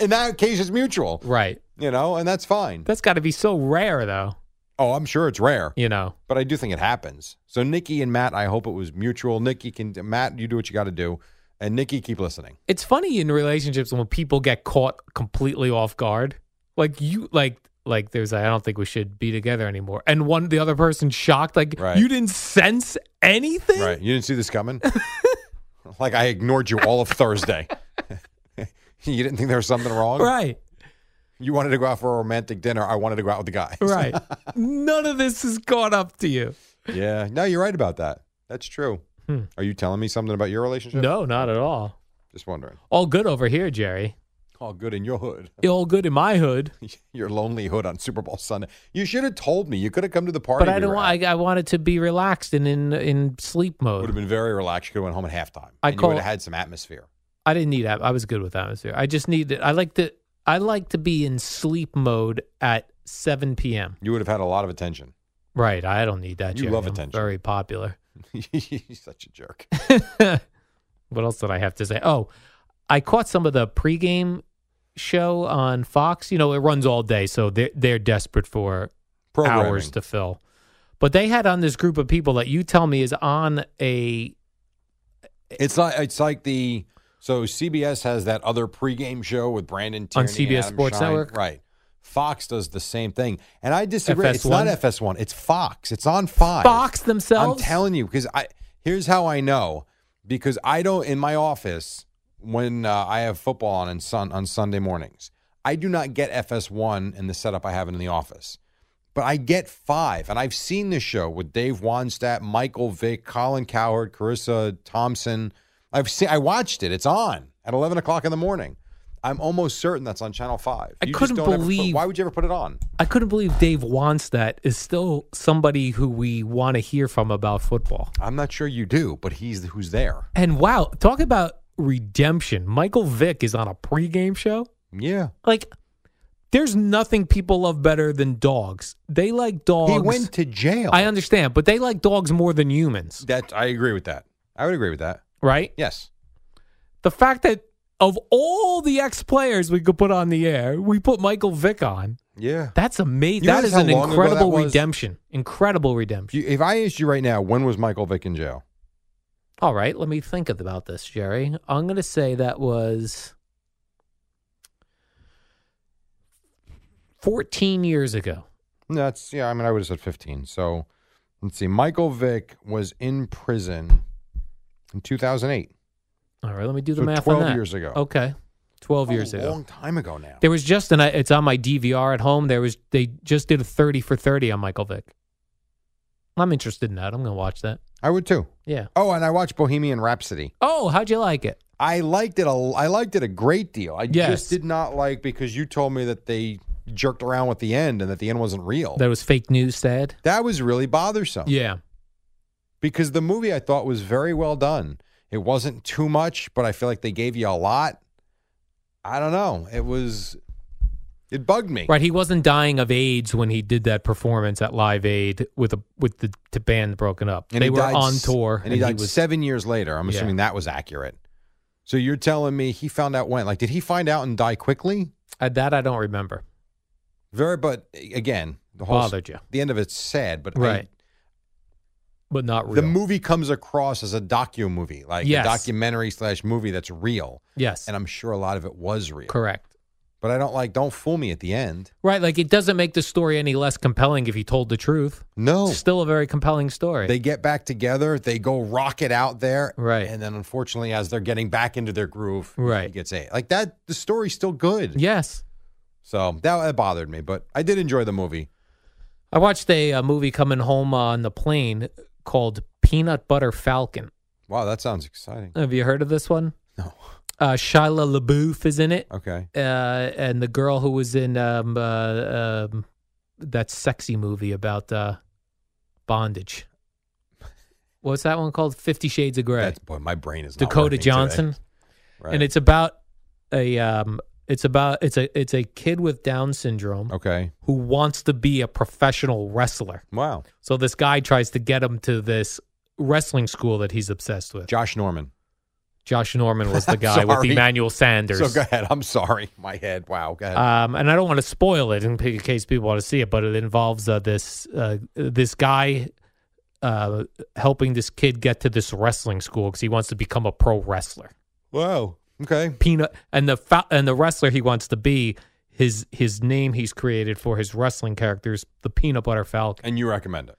[SPEAKER 1] In that case, it's mutual,
[SPEAKER 2] Right.
[SPEAKER 1] you know, and that's fine.
[SPEAKER 2] That's got to be so rare, though.
[SPEAKER 1] Oh, I'm sure it's rare.
[SPEAKER 2] You know,
[SPEAKER 1] but I do think it happens. So Nikki and Matt, I hope it was mutual. Nikki can Matt, you do what you got to do, and Nikki keep listening.
[SPEAKER 2] it's funny in relationships when people get caught completely off guard. Like you, like like there's. I don't think we should be together anymore. And one, the other person shocked. Like
[SPEAKER 1] Right.
[SPEAKER 2] you didn't sense anything.
[SPEAKER 1] Right? You didn't see this coming. like I ignored you all of Thursday. you didn't think there was something wrong.
[SPEAKER 2] Right.
[SPEAKER 1] You wanted to go out for a romantic dinner. I wanted to go out with the guy.
[SPEAKER 2] Right. None of this has caught up to you.
[SPEAKER 1] yeah. No, you're right about that. That's true. Are you telling me something about your relationship?
[SPEAKER 2] Hmm. No, not at all.
[SPEAKER 1] Just wondering.
[SPEAKER 2] All good over here, Jerry.
[SPEAKER 1] All good in your hood.
[SPEAKER 2] All good in my hood.
[SPEAKER 1] your lonely hood on Super Bowl Sunday. You should have told me. You could have come to the party.
[SPEAKER 2] But I
[SPEAKER 1] we
[SPEAKER 2] don't
[SPEAKER 1] were at.
[SPEAKER 2] want. I, I wanted to be relaxed and in in sleep
[SPEAKER 1] would
[SPEAKER 2] mode.
[SPEAKER 1] have been very relaxed. You could have went home at halftime.
[SPEAKER 2] I
[SPEAKER 1] and you
[SPEAKER 2] call-
[SPEAKER 1] would have had some atmosphere.
[SPEAKER 2] I didn't need. at- I was good with atmosphere. I just needed. I like to. I like to be in sleep mode at 7 p.m.
[SPEAKER 1] You would have had a lot of attention.
[SPEAKER 2] Right. I don't need that.
[SPEAKER 1] You
[SPEAKER 2] Jerry.
[SPEAKER 1] love
[SPEAKER 2] I'm
[SPEAKER 1] attention.
[SPEAKER 2] Very popular.
[SPEAKER 1] He's such a jerk.
[SPEAKER 2] What else did I have to say? Oh, I caught some of the pregame show on Fox. You know, it runs all day, so they're they're desperate for
[SPEAKER 1] Programming.
[SPEAKER 2] hours to fill. But they had on this group of people that you tell me is on a
[SPEAKER 1] It's like it's like the so CBS has that other pregame show with Brandon Tierney,
[SPEAKER 2] On CBS
[SPEAKER 1] Adam
[SPEAKER 2] Sports
[SPEAKER 1] Shine.
[SPEAKER 2] Network?
[SPEAKER 1] right? Fox does the same thing, and I disagree. It's
[SPEAKER 2] FS1?
[SPEAKER 1] not FS1. It's Fox. It's on five.
[SPEAKER 2] Fox themselves.
[SPEAKER 1] I'm telling you because I here's how I know because I don't in my office when uh, I have football on and sun on Sunday mornings. I do not get FS1 in the setup I have in the office, but I get five, and I've seen this show with Dave Wanstat, Michael Vick, Colin Cowherd, Carissa Thompson. I've seen. I watched it. It's on at 11 o'clock in the morning. I'm almost certain that's on Channel Five.
[SPEAKER 2] I
[SPEAKER 1] You just
[SPEAKER 2] couldn't
[SPEAKER 1] don't ever put-
[SPEAKER 2] believe-
[SPEAKER 1] why would you ever put it on?
[SPEAKER 2] I couldn't believe Dave Wanstatt is still somebody who we want to hear from about football.
[SPEAKER 1] I'm not sure you do, but he's who's there.
[SPEAKER 2] And wow, talk about redemption. Michael Vick is on a pregame show.
[SPEAKER 1] Yeah.
[SPEAKER 2] Like, there's nothing people love better than dogs. They like dogs.
[SPEAKER 1] He went to jail.
[SPEAKER 2] I understand, but they like dogs more than humans,
[SPEAKER 1] That I agree with that. I would agree with that.
[SPEAKER 2] right?
[SPEAKER 1] Yes.
[SPEAKER 2] The fact that of all the ex players we could put on the air, we put Michael Vick on.
[SPEAKER 1] Yeah.
[SPEAKER 2] That's amazing.
[SPEAKER 1] You
[SPEAKER 2] That
[SPEAKER 1] realize
[SPEAKER 2] is
[SPEAKER 1] how
[SPEAKER 2] an
[SPEAKER 1] long ago that
[SPEAKER 2] incredible
[SPEAKER 1] was?
[SPEAKER 2] redemption. Incredible redemption.
[SPEAKER 1] if I asked you right now, when was Michael Vick in jail?
[SPEAKER 2] All right, let me think of- about this, Jerry. I'm going to say that was 14 years ago.
[SPEAKER 1] That's yeah. I mean, I would have said fifteen. So let's see. Michael Vick was in prison in two thousand eight.
[SPEAKER 2] All right, let me do the
[SPEAKER 1] So
[SPEAKER 2] math
[SPEAKER 1] 12
[SPEAKER 2] on that.
[SPEAKER 1] years ago.
[SPEAKER 2] Okay. 12 years
[SPEAKER 1] a
[SPEAKER 2] ago.
[SPEAKER 1] Oh, long time ago now.
[SPEAKER 2] There was just an it's on my DVR at home. There was they just did a 30 for 30 on Michael Vick. I'm interested in that. I'm going to watch that.
[SPEAKER 1] I would too.
[SPEAKER 2] Yeah.
[SPEAKER 1] Oh, and I watched Bohemian Rhapsody.
[SPEAKER 2] Oh, how'd you like it?
[SPEAKER 1] I liked it. A, I liked it a great deal. I
[SPEAKER 2] Yes.
[SPEAKER 1] just did not like because you told me that they jerked around with the end and that the end wasn't real.
[SPEAKER 2] That was fake news, Dad.
[SPEAKER 1] that was really bothersome.
[SPEAKER 2] Yeah.
[SPEAKER 1] because the movie I thought was very well done. It wasn't too much, but I feel like they gave you a lot. I don't know. It was it bugged me.
[SPEAKER 2] Right, he wasn't dying of AIDS when he did that performance at Live Aid with a with the t- band broken up.
[SPEAKER 1] And
[SPEAKER 2] they
[SPEAKER 1] he
[SPEAKER 2] were
[SPEAKER 1] died
[SPEAKER 2] on
[SPEAKER 1] s-
[SPEAKER 2] tour,
[SPEAKER 1] and, he died
[SPEAKER 2] was
[SPEAKER 1] seven years later. I'm
[SPEAKER 2] Yeah.
[SPEAKER 1] assuming that was accurate. So you're telling me he found out when? Like, did he find out and die quickly?
[SPEAKER 2] Uh, that I don't remember.
[SPEAKER 1] Very, but again, the whole
[SPEAKER 2] Bothered you.
[SPEAKER 1] the end of it's sad, but I-
[SPEAKER 2] Right. But not real.
[SPEAKER 1] the movie comes across as a docu movie, like
[SPEAKER 2] Yes.
[SPEAKER 1] a documentary slash movie that's real,
[SPEAKER 2] Yes.
[SPEAKER 1] and I'm sure a lot of it was real.
[SPEAKER 2] correct.
[SPEAKER 1] But I don't like don't fool me at the end.
[SPEAKER 2] Right. Like it doesn't make the story any less compelling if he told the truth.
[SPEAKER 1] No,
[SPEAKER 2] It's still a very compelling story.
[SPEAKER 1] Oh. they get back together, they go rock it out there,
[SPEAKER 2] Right.
[SPEAKER 1] And then unfortunately, as they're getting back into their groove,
[SPEAKER 2] Right.
[SPEAKER 1] he gets a like that. The story's still good,
[SPEAKER 2] yes.
[SPEAKER 1] So that, that bothered me, but I did enjoy the movie.
[SPEAKER 2] I watched a, uh movie coming home on the plane called Peanut Butter Falcon.
[SPEAKER 1] Wow, that sounds exciting.
[SPEAKER 2] Have you heard of this one?
[SPEAKER 1] No,
[SPEAKER 2] Uh, Shia LaBeouf is in it,
[SPEAKER 1] okay,
[SPEAKER 2] uh, and the girl who was in um, uh, um, that sexy movie about uh, bondage. What's that one called? Fifty Shades of Grey.
[SPEAKER 1] that's boy, my brain is not
[SPEAKER 2] Dakota
[SPEAKER 1] working today.
[SPEAKER 2] Johnson.
[SPEAKER 1] Right.
[SPEAKER 2] and it's about a um, it's about it's a it's a kid with Down syndrome
[SPEAKER 1] okay.
[SPEAKER 2] who wants to be a professional wrestler.
[SPEAKER 1] Wow,
[SPEAKER 2] So this guy tries to get him to this wrestling school that he's obsessed with.
[SPEAKER 1] Josh Norman.
[SPEAKER 2] Josh Norman was the guy with
[SPEAKER 1] Sorry.
[SPEAKER 2] Emmanuel Sanders.
[SPEAKER 1] So go ahead. I'm sorry, my head. Wow, go ahead.
[SPEAKER 2] Um, and I don't want to spoil it in p- case people want to see it, but it involves uh, this uh, this guy uh, helping this kid get to this wrestling school because he wants to become a pro wrestler.
[SPEAKER 1] Whoa. Okay.
[SPEAKER 2] peanut and the fa- and the wrestler he wants to be his his name he's created for his wrestling characters the peanut butter falcon
[SPEAKER 1] And you recommend it?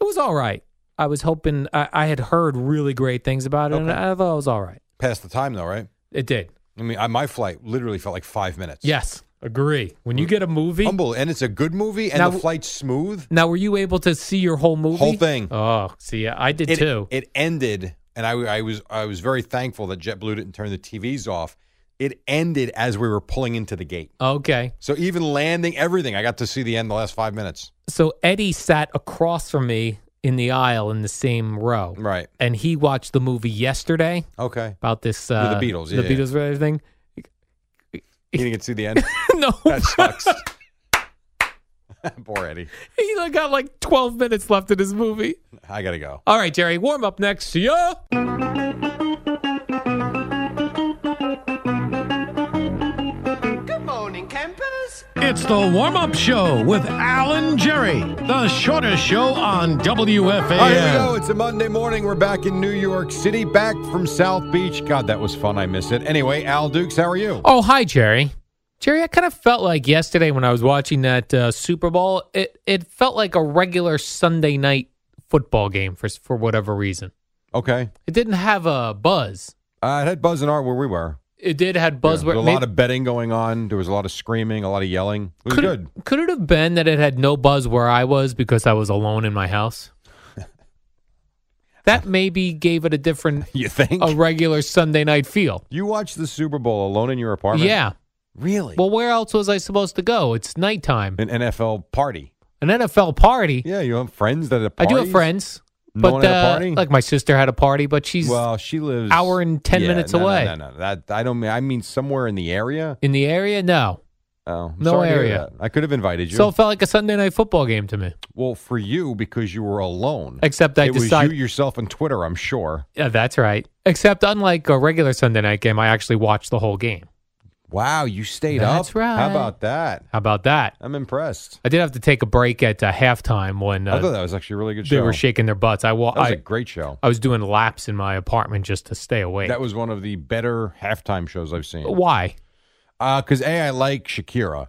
[SPEAKER 2] it was all right i was hoping i, I had heard really great things about it and
[SPEAKER 1] Okay.
[SPEAKER 2] i thought it was all right
[SPEAKER 1] Past the time though, right?
[SPEAKER 2] it did
[SPEAKER 1] I mean, I, my flight literally felt like five minutes.
[SPEAKER 2] yes agree when you get a movie
[SPEAKER 1] Humble, and it's a good movie, and
[SPEAKER 2] Now-
[SPEAKER 1] the flight's smooth.
[SPEAKER 2] now were you able to see your whole movie
[SPEAKER 1] Whole thing.
[SPEAKER 2] oh see i did
[SPEAKER 1] it,
[SPEAKER 2] too
[SPEAKER 1] It ended, and I, I was I was very thankful that JetBlue didn't turn the TVs off. It ended as we were pulling into the gate.
[SPEAKER 2] okay
[SPEAKER 1] So even landing, everything, I got to see the end the last five minutes.
[SPEAKER 2] so eddie sat across from me in the aisle in the same row
[SPEAKER 1] Right.
[SPEAKER 2] and he watched the movie yesterday
[SPEAKER 1] Okay.
[SPEAKER 2] about this
[SPEAKER 1] the
[SPEAKER 2] uh,
[SPEAKER 1] Beatles,
[SPEAKER 2] the
[SPEAKER 1] yeah, yeah.
[SPEAKER 2] beatles or everything
[SPEAKER 1] You didn't get to see the end.
[SPEAKER 2] no
[SPEAKER 1] That sucks. Poor Eddie.
[SPEAKER 2] He like, got like 12 minutes left in his movie.
[SPEAKER 1] I gotta go.
[SPEAKER 2] All right, Jerry, warm up next. See ya.
[SPEAKER 3] It's the warm up show with Alan Jerry, the shortest show on WFAN.
[SPEAKER 1] All right, here we go. It's a Monday morning. We're back in New York City, back from South Beach. God, that was fun. I miss it. Anyway, Al Dukes, how are you?
[SPEAKER 2] Oh, hi, Jerry. Jerry, I kind of felt like yesterday when I was watching that uh, Super Bowl, it, it felt like a regular Sunday night football game for, for whatever reason.
[SPEAKER 1] Okay.
[SPEAKER 2] It didn't have a buzz.
[SPEAKER 1] Uh, it had buzz and art where we were.
[SPEAKER 2] It did had buzz.
[SPEAKER 1] Yeah,
[SPEAKER 2] where
[SPEAKER 1] there was a
[SPEAKER 2] maybe-
[SPEAKER 1] lot of betting going on. There was a lot of screaming, a lot of yelling. It was
[SPEAKER 2] could,
[SPEAKER 1] good.
[SPEAKER 2] Could it have been that it had no buzz where I was because I was alone in my house? that maybe gave it a different,
[SPEAKER 1] You think?
[SPEAKER 2] a regular Sunday night feel.
[SPEAKER 1] you watched the Super Bowl alone in your apartment?
[SPEAKER 2] Yeah.
[SPEAKER 1] Really?
[SPEAKER 2] Well, where else was I supposed to go? It's nighttime.
[SPEAKER 1] An NFL party.
[SPEAKER 2] An NFL party.
[SPEAKER 1] Yeah, you have friends that have
[SPEAKER 2] I do have
[SPEAKER 1] parties?
[SPEAKER 2] friends,
[SPEAKER 1] No
[SPEAKER 2] but
[SPEAKER 1] one had a
[SPEAKER 2] uh,
[SPEAKER 1] party?
[SPEAKER 2] like my sister had a party, but she's
[SPEAKER 1] Well, she lives
[SPEAKER 2] hour and 10
[SPEAKER 1] Yeah,
[SPEAKER 2] minutes
[SPEAKER 1] no, no,
[SPEAKER 2] away.
[SPEAKER 1] No, no, no. That I don't mean. I mean somewhere in the area.
[SPEAKER 2] in the area. No,
[SPEAKER 1] Oh, I'm
[SPEAKER 2] No
[SPEAKER 1] sorry to hear
[SPEAKER 2] area.
[SPEAKER 1] that. I could have invited you.
[SPEAKER 2] so it felt like a Sunday night football game to me.
[SPEAKER 1] well, for you because you were alone.
[SPEAKER 2] Except I
[SPEAKER 1] it
[SPEAKER 2] decide-
[SPEAKER 1] was you yourself and Twitter. I'm sure.
[SPEAKER 2] Yeah, that's right. Except unlike a regular Sunday night game, I actually watched the whole game.
[SPEAKER 1] Wow, you stayed
[SPEAKER 2] That's
[SPEAKER 1] up.
[SPEAKER 2] right.
[SPEAKER 1] How about that?
[SPEAKER 2] How about that?
[SPEAKER 1] I'm impressed.
[SPEAKER 2] I did have to take a break at uh, halftime when
[SPEAKER 1] I
[SPEAKER 2] uh,
[SPEAKER 1] thought that was actually a really good
[SPEAKER 2] they
[SPEAKER 1] show.
[SPEAKER 2] were shaking their butts. I, wa-
[SPEAKER 1] that was
[SPEAKER 2] I,
[SPEAKER 1] a great show.
[SPEAKER 2] I was doing laps in my apartment just to stay awake.
[SPEAKER 1] That was one of the better halftime shows I've seen.
[SPEAKER 2] Why?
[SPEAKER 1] Because a, I like Shakira,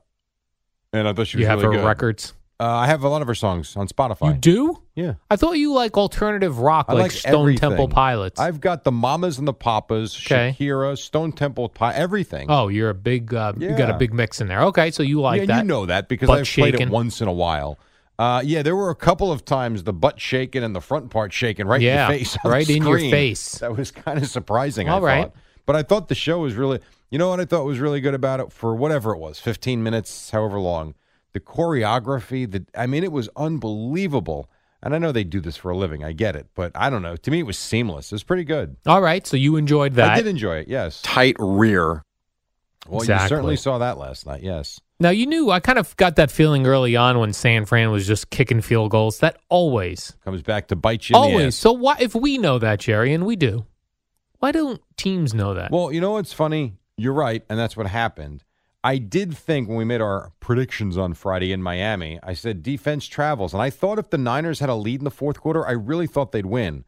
[SPEAKER 1] and I thought she was
[SPEAKER 2] You have
[SPEAKER 1] really
[SPEAKER 2] her
[SPEAKER 1] good.
[SPEAKER 2] records.
[SPEAKER 1] Uh, I have a lot of her songs on Spotify.
[SPEAKER 2] You do?
[SPEAKER 1] yeah,
[SPEAKER 2] I thought you like alternative rock,
[SPEAKER 1] I
[SPEAKER 2] like,
[SPEAKER 1] like
[SPEAKER 2] Stone
[SPEAKER 1] everything.
[SPEAKER 2] Temple Pilots.
[SPEAKER 1] I've got the Mamas and the Papas,
[SPEAKER 2] Okay.
[SPEAKER 1] Shakira, Stone Temple Pi, everything.
[SPEAKER 2] Oh, you're a big. Uh, You got a
[SPEAKER 1] Yeah.
[SPEAKER 2] big mix in there. Okay, so you like
[SPEAKER 1] yeah,
[SPEAKER 2] that?
[SPEAKER 1] you know that because
[SPEAKER 2] Butt
[SPEAKER 1] I've played
[SPEAKER 2] shaking.
[SPEAKER 1] it once in a while. Uh, yeah, there were a couple of times the butt shaking and the front part shaking right
[SPEAKER 2] Yeah,
[SPEAKER 1] in your face. on the
[SPEAKER 2] right in your
[SPEAKER 1] screen.
[SPEAKER 2] face.
[SPEAKER 1] That was kind of surprising.
[SPEAKER 2] All
[SPEAKER 1] I
[SPEAKER 2] right.
[SPEAKER 1] thought. But I thought the show was really, you know what I thought was really good about it for whatever it was, 15 minutes, however long. The choreography, the I mean, it was unbelievable. And I know they do this for a living. I get it. But I don't know. To me, it was seamless. It was pretty good.
[SPEAKER 2] All right, so you enjoyed
[SPEAKER 1] I
[SPEAKER 2] that.
[SPEAKER 1] did enjoy it. Yes.
[SPEAKER 4] Tight rear.
[SPEAKER 1] Well,
[SPEAKER 2] Exactly.
[SPEAKER 1] you certainly saw that last night. Yes.
[SPEAKER 2] Now you knew. I kind of got that feeling early on when San Fran was just kicking field goals. That always,
[SPEAKER 1] Comes back to bite you in the
[SPEAKER 2] always.
[SPEAKER 1] ass.
[SPEAKER 2] So why? If we know that, Jerry, and we do, Why don't teams know that?
[SPEAKER 1] Well, you know what's funny? You're right, and that's what happened. I did think when we made our predictions on Friday in Miami, I said defense travels, and I thought if the Niners had a lead in the fourth quarter, I really thought they'd win.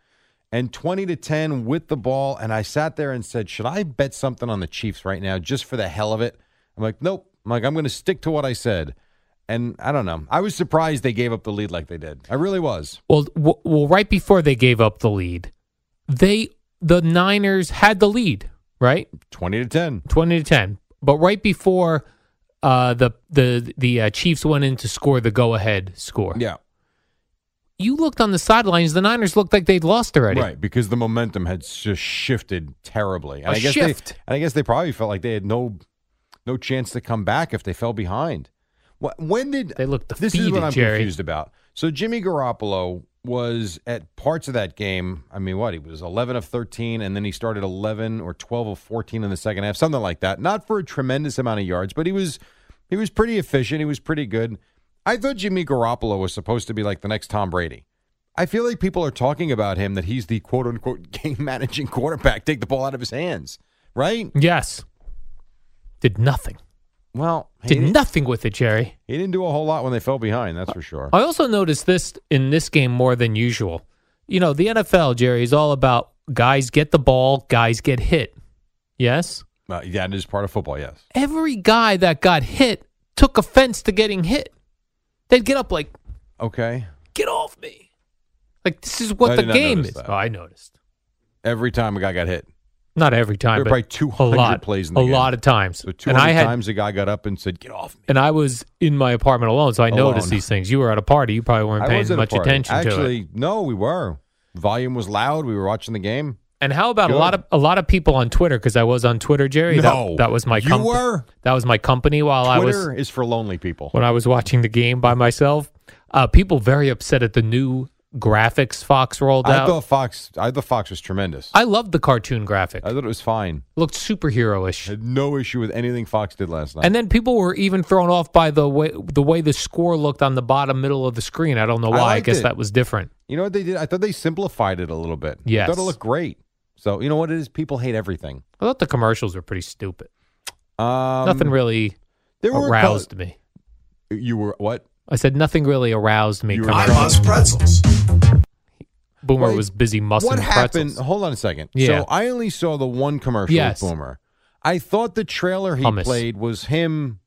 [SPEAKER 1] And 20 to 10 with the ball, and I sat there and said, "Should I bet something on the Chiefs right now just for the hell of it?" I'm like, "Nope." I'm like, "I'm going to stick to what I said." And I don't know. I was surprised they gave up the lead like they did. I really was.
[SPEAKER 2] Well, w- well, right before they gave up the lead, they the Niners had the lead, right,
[SPEAKER 1] 20 to 10.
[SPEAKER 2] twenty to ten. But right before uh, the the the uh, Chiefs went in to score the go ahead score,
[SPEAKER 1] Yeah.
[SPEAKER 2] you looked on the sidelines. The Niners looked like they'd lost already.
[SPEAKER 1] Right, because the momentum had just shifted terribly. And
[SPEAKER 2] A
[SPEAKER 1] I guess
[SPEAKER 2] shift.
[SPEAKER 1] They, and I guess they probably felt like they had no no chance to come back if they fell behind. What, when did
[SPEAKER 2] They looked
[SPEAKER 1] This is
[SPEAKER 2] defeated,
[SPEAKER 1] what I'm
[SPEAKER 2] Jerry.
[SPEAKER 1] confused about. So Jimmy Garoppolo was at parts of that game. I mean, what he was 11 of 13, and then he started 11 or 12 of 14 in the second half, something like that. Not for a tremendous amount of yards, but he was he was pretty efficient. He was pretty good. I thought Jimmy Garoppolo was supposed to be like the next Tom Brady. I feel like people are talking about him that he's the quote unquote game managing quarterback. Take the ball out of his hands, right?
[SPEAKER 2] Yes, did nothing.
[SPEAKER 1] Well, he
[SPEAKER 2] Did
[SPEAKER 1] didn't-
[SPEAKER 2] nothing with it, Jerry.
[SPEAKER 1] he didn't do a whole lot when they fell behind. That's for sure.
[SPEAKER 2] I also noticed this in this game more than usual. You know, the NFL, Jerry, is all about guys get the ball, guys get hit. Yes?
[SPEAKER 1] Uh, that is part of football. Yes.
[SPEAKER 2] Every guy that got hit took offense to getting hit. They'd get up like,
[SPEAKER 1] Okay.
[SPEAKER 2] get off me. Like, this is what
[SPEAKER 1] I
[SPEAKER 2] the
[SPEAKER 1] did not
[SPEAKER 2] game
[SPEAKER 1] notice
[SPEAKER 2] is.
[SPEAKER 1] that.
[SPEAKER 2] Oh, I noticed.
[SPEAKER 1] Every time a guy got hit,
[SPEAKER 2] Not every time,
[SPEAKER 1] There were
[SPEAKER 2] but
[SPEAKER 1] probably 200
[SPEAKER 2] a lot,
[SPEAKER 1] plays in the
[SPEAKER 2] a
[SPEAKER 1] game.
[SPEAKER 2] lot of times.
[SPEAKER 1] so two
[SPEAKER 2] and I
[SPEAKER 1] hundred
[SPEAKER 2] had,
[SPEAKER 1] times a guy got up and said, "Get off me."
[SPEAKER 2] and I was in my apartment alone, so I noticed
[SPEAKER 1] Alone.
[SPEAKER 2] these things. You were at a party; you probably weren't
[SPEAKER 1] I
[SPEAKER 2] paying
[SPEAKER 1] was at a
[SPEAKER 2] much
[SPEAKER 1] party.
[SPEAKER 2] attention to it.
[SPEAKER 1] Actually, no, we were. Volume was loud. We were watching the game.
[SPEAKER 2] And how about a
[SPEAKER 1] Good.
[SPEAKER 2] lot of a lot of people on Twitter? Because I was on Twitter, Jerry.
[SPEAKER 1] no,
[SPEAKER 2] that, that was my
[SPEAKER 1] You
[SPEAKER 2] comp-
[SPEAKER 1] were.
[SPEAKER 2] that was my company while I was
[SPEAKER 1] Twitter is for lonely people.
[SPEAKER 2] when I was watching the game by myself. Uh, people very upset at the new graphics Fox rolled
[SPEAKER 1] I
[SPEAKER 2] out.
[SPEAKER 1] thought Fox. I thought Fox was tremendous. I,
[SPEAKER 2] I loved the cartoon graphic;
[SPEAKER 1] thought it was fine.
[SPEAKER 2] looked superheroish.
[SPEAKER 1] Had no issue with anything Fox did last night.
[SPEAKER 2] And then people were even thrown off by the way the way the score looked on the bottom middle of the screen. I don't know
[SPEAKER 1] I
[SPEAKER 2] why. I,
[SPEAKER 1] liked
[SPEAKER 2] guess
[SPEAKER 1] it.
[SPEAKER 2] that was different.
[SPEAKER 1] you know what they did? I thought they simplified it a little bit. I
[SPEAKER 2] Yes.
[SPEAKER 1] thought it looked great. So you know what it is? People hate everything.
[SPEAKER 2] I thought the commercials were pretty stupid.
[SPEAKER 1] Um,
[SPEAKER 2] nothing really
[SPEAKER 1] There were a couple-
[SPEAKER 2] aroused me.
[SPEAKER 1] you were what?
[SPEAKER 2] I said nothing really aroused me.
[SPEAKER 1] You were
[SPEAKER 2] coming
[SPEAKER 1] aroused.
[SPEAKER 2] from-
[SPEAKER 5] pretzels.
[SPEAKER 2] Boomer
[SPEAKER 1] Wait,
[SPEAKER 2] was busy muscling
[SPEAKER 1] what happened?
[SPEAKER 2] pretzels.
[SPEAKER 1] Hold on a second.
[SPEAKER 2] Yeah.
[SPEAKER 1] So I only saw the one commercial
[SPEAKER 2] Yes.
[SPEAKER 1] with Boomer. I thought the trailer he
[SPEAKER 2] Hummus.
[SPEAKER 1] played was him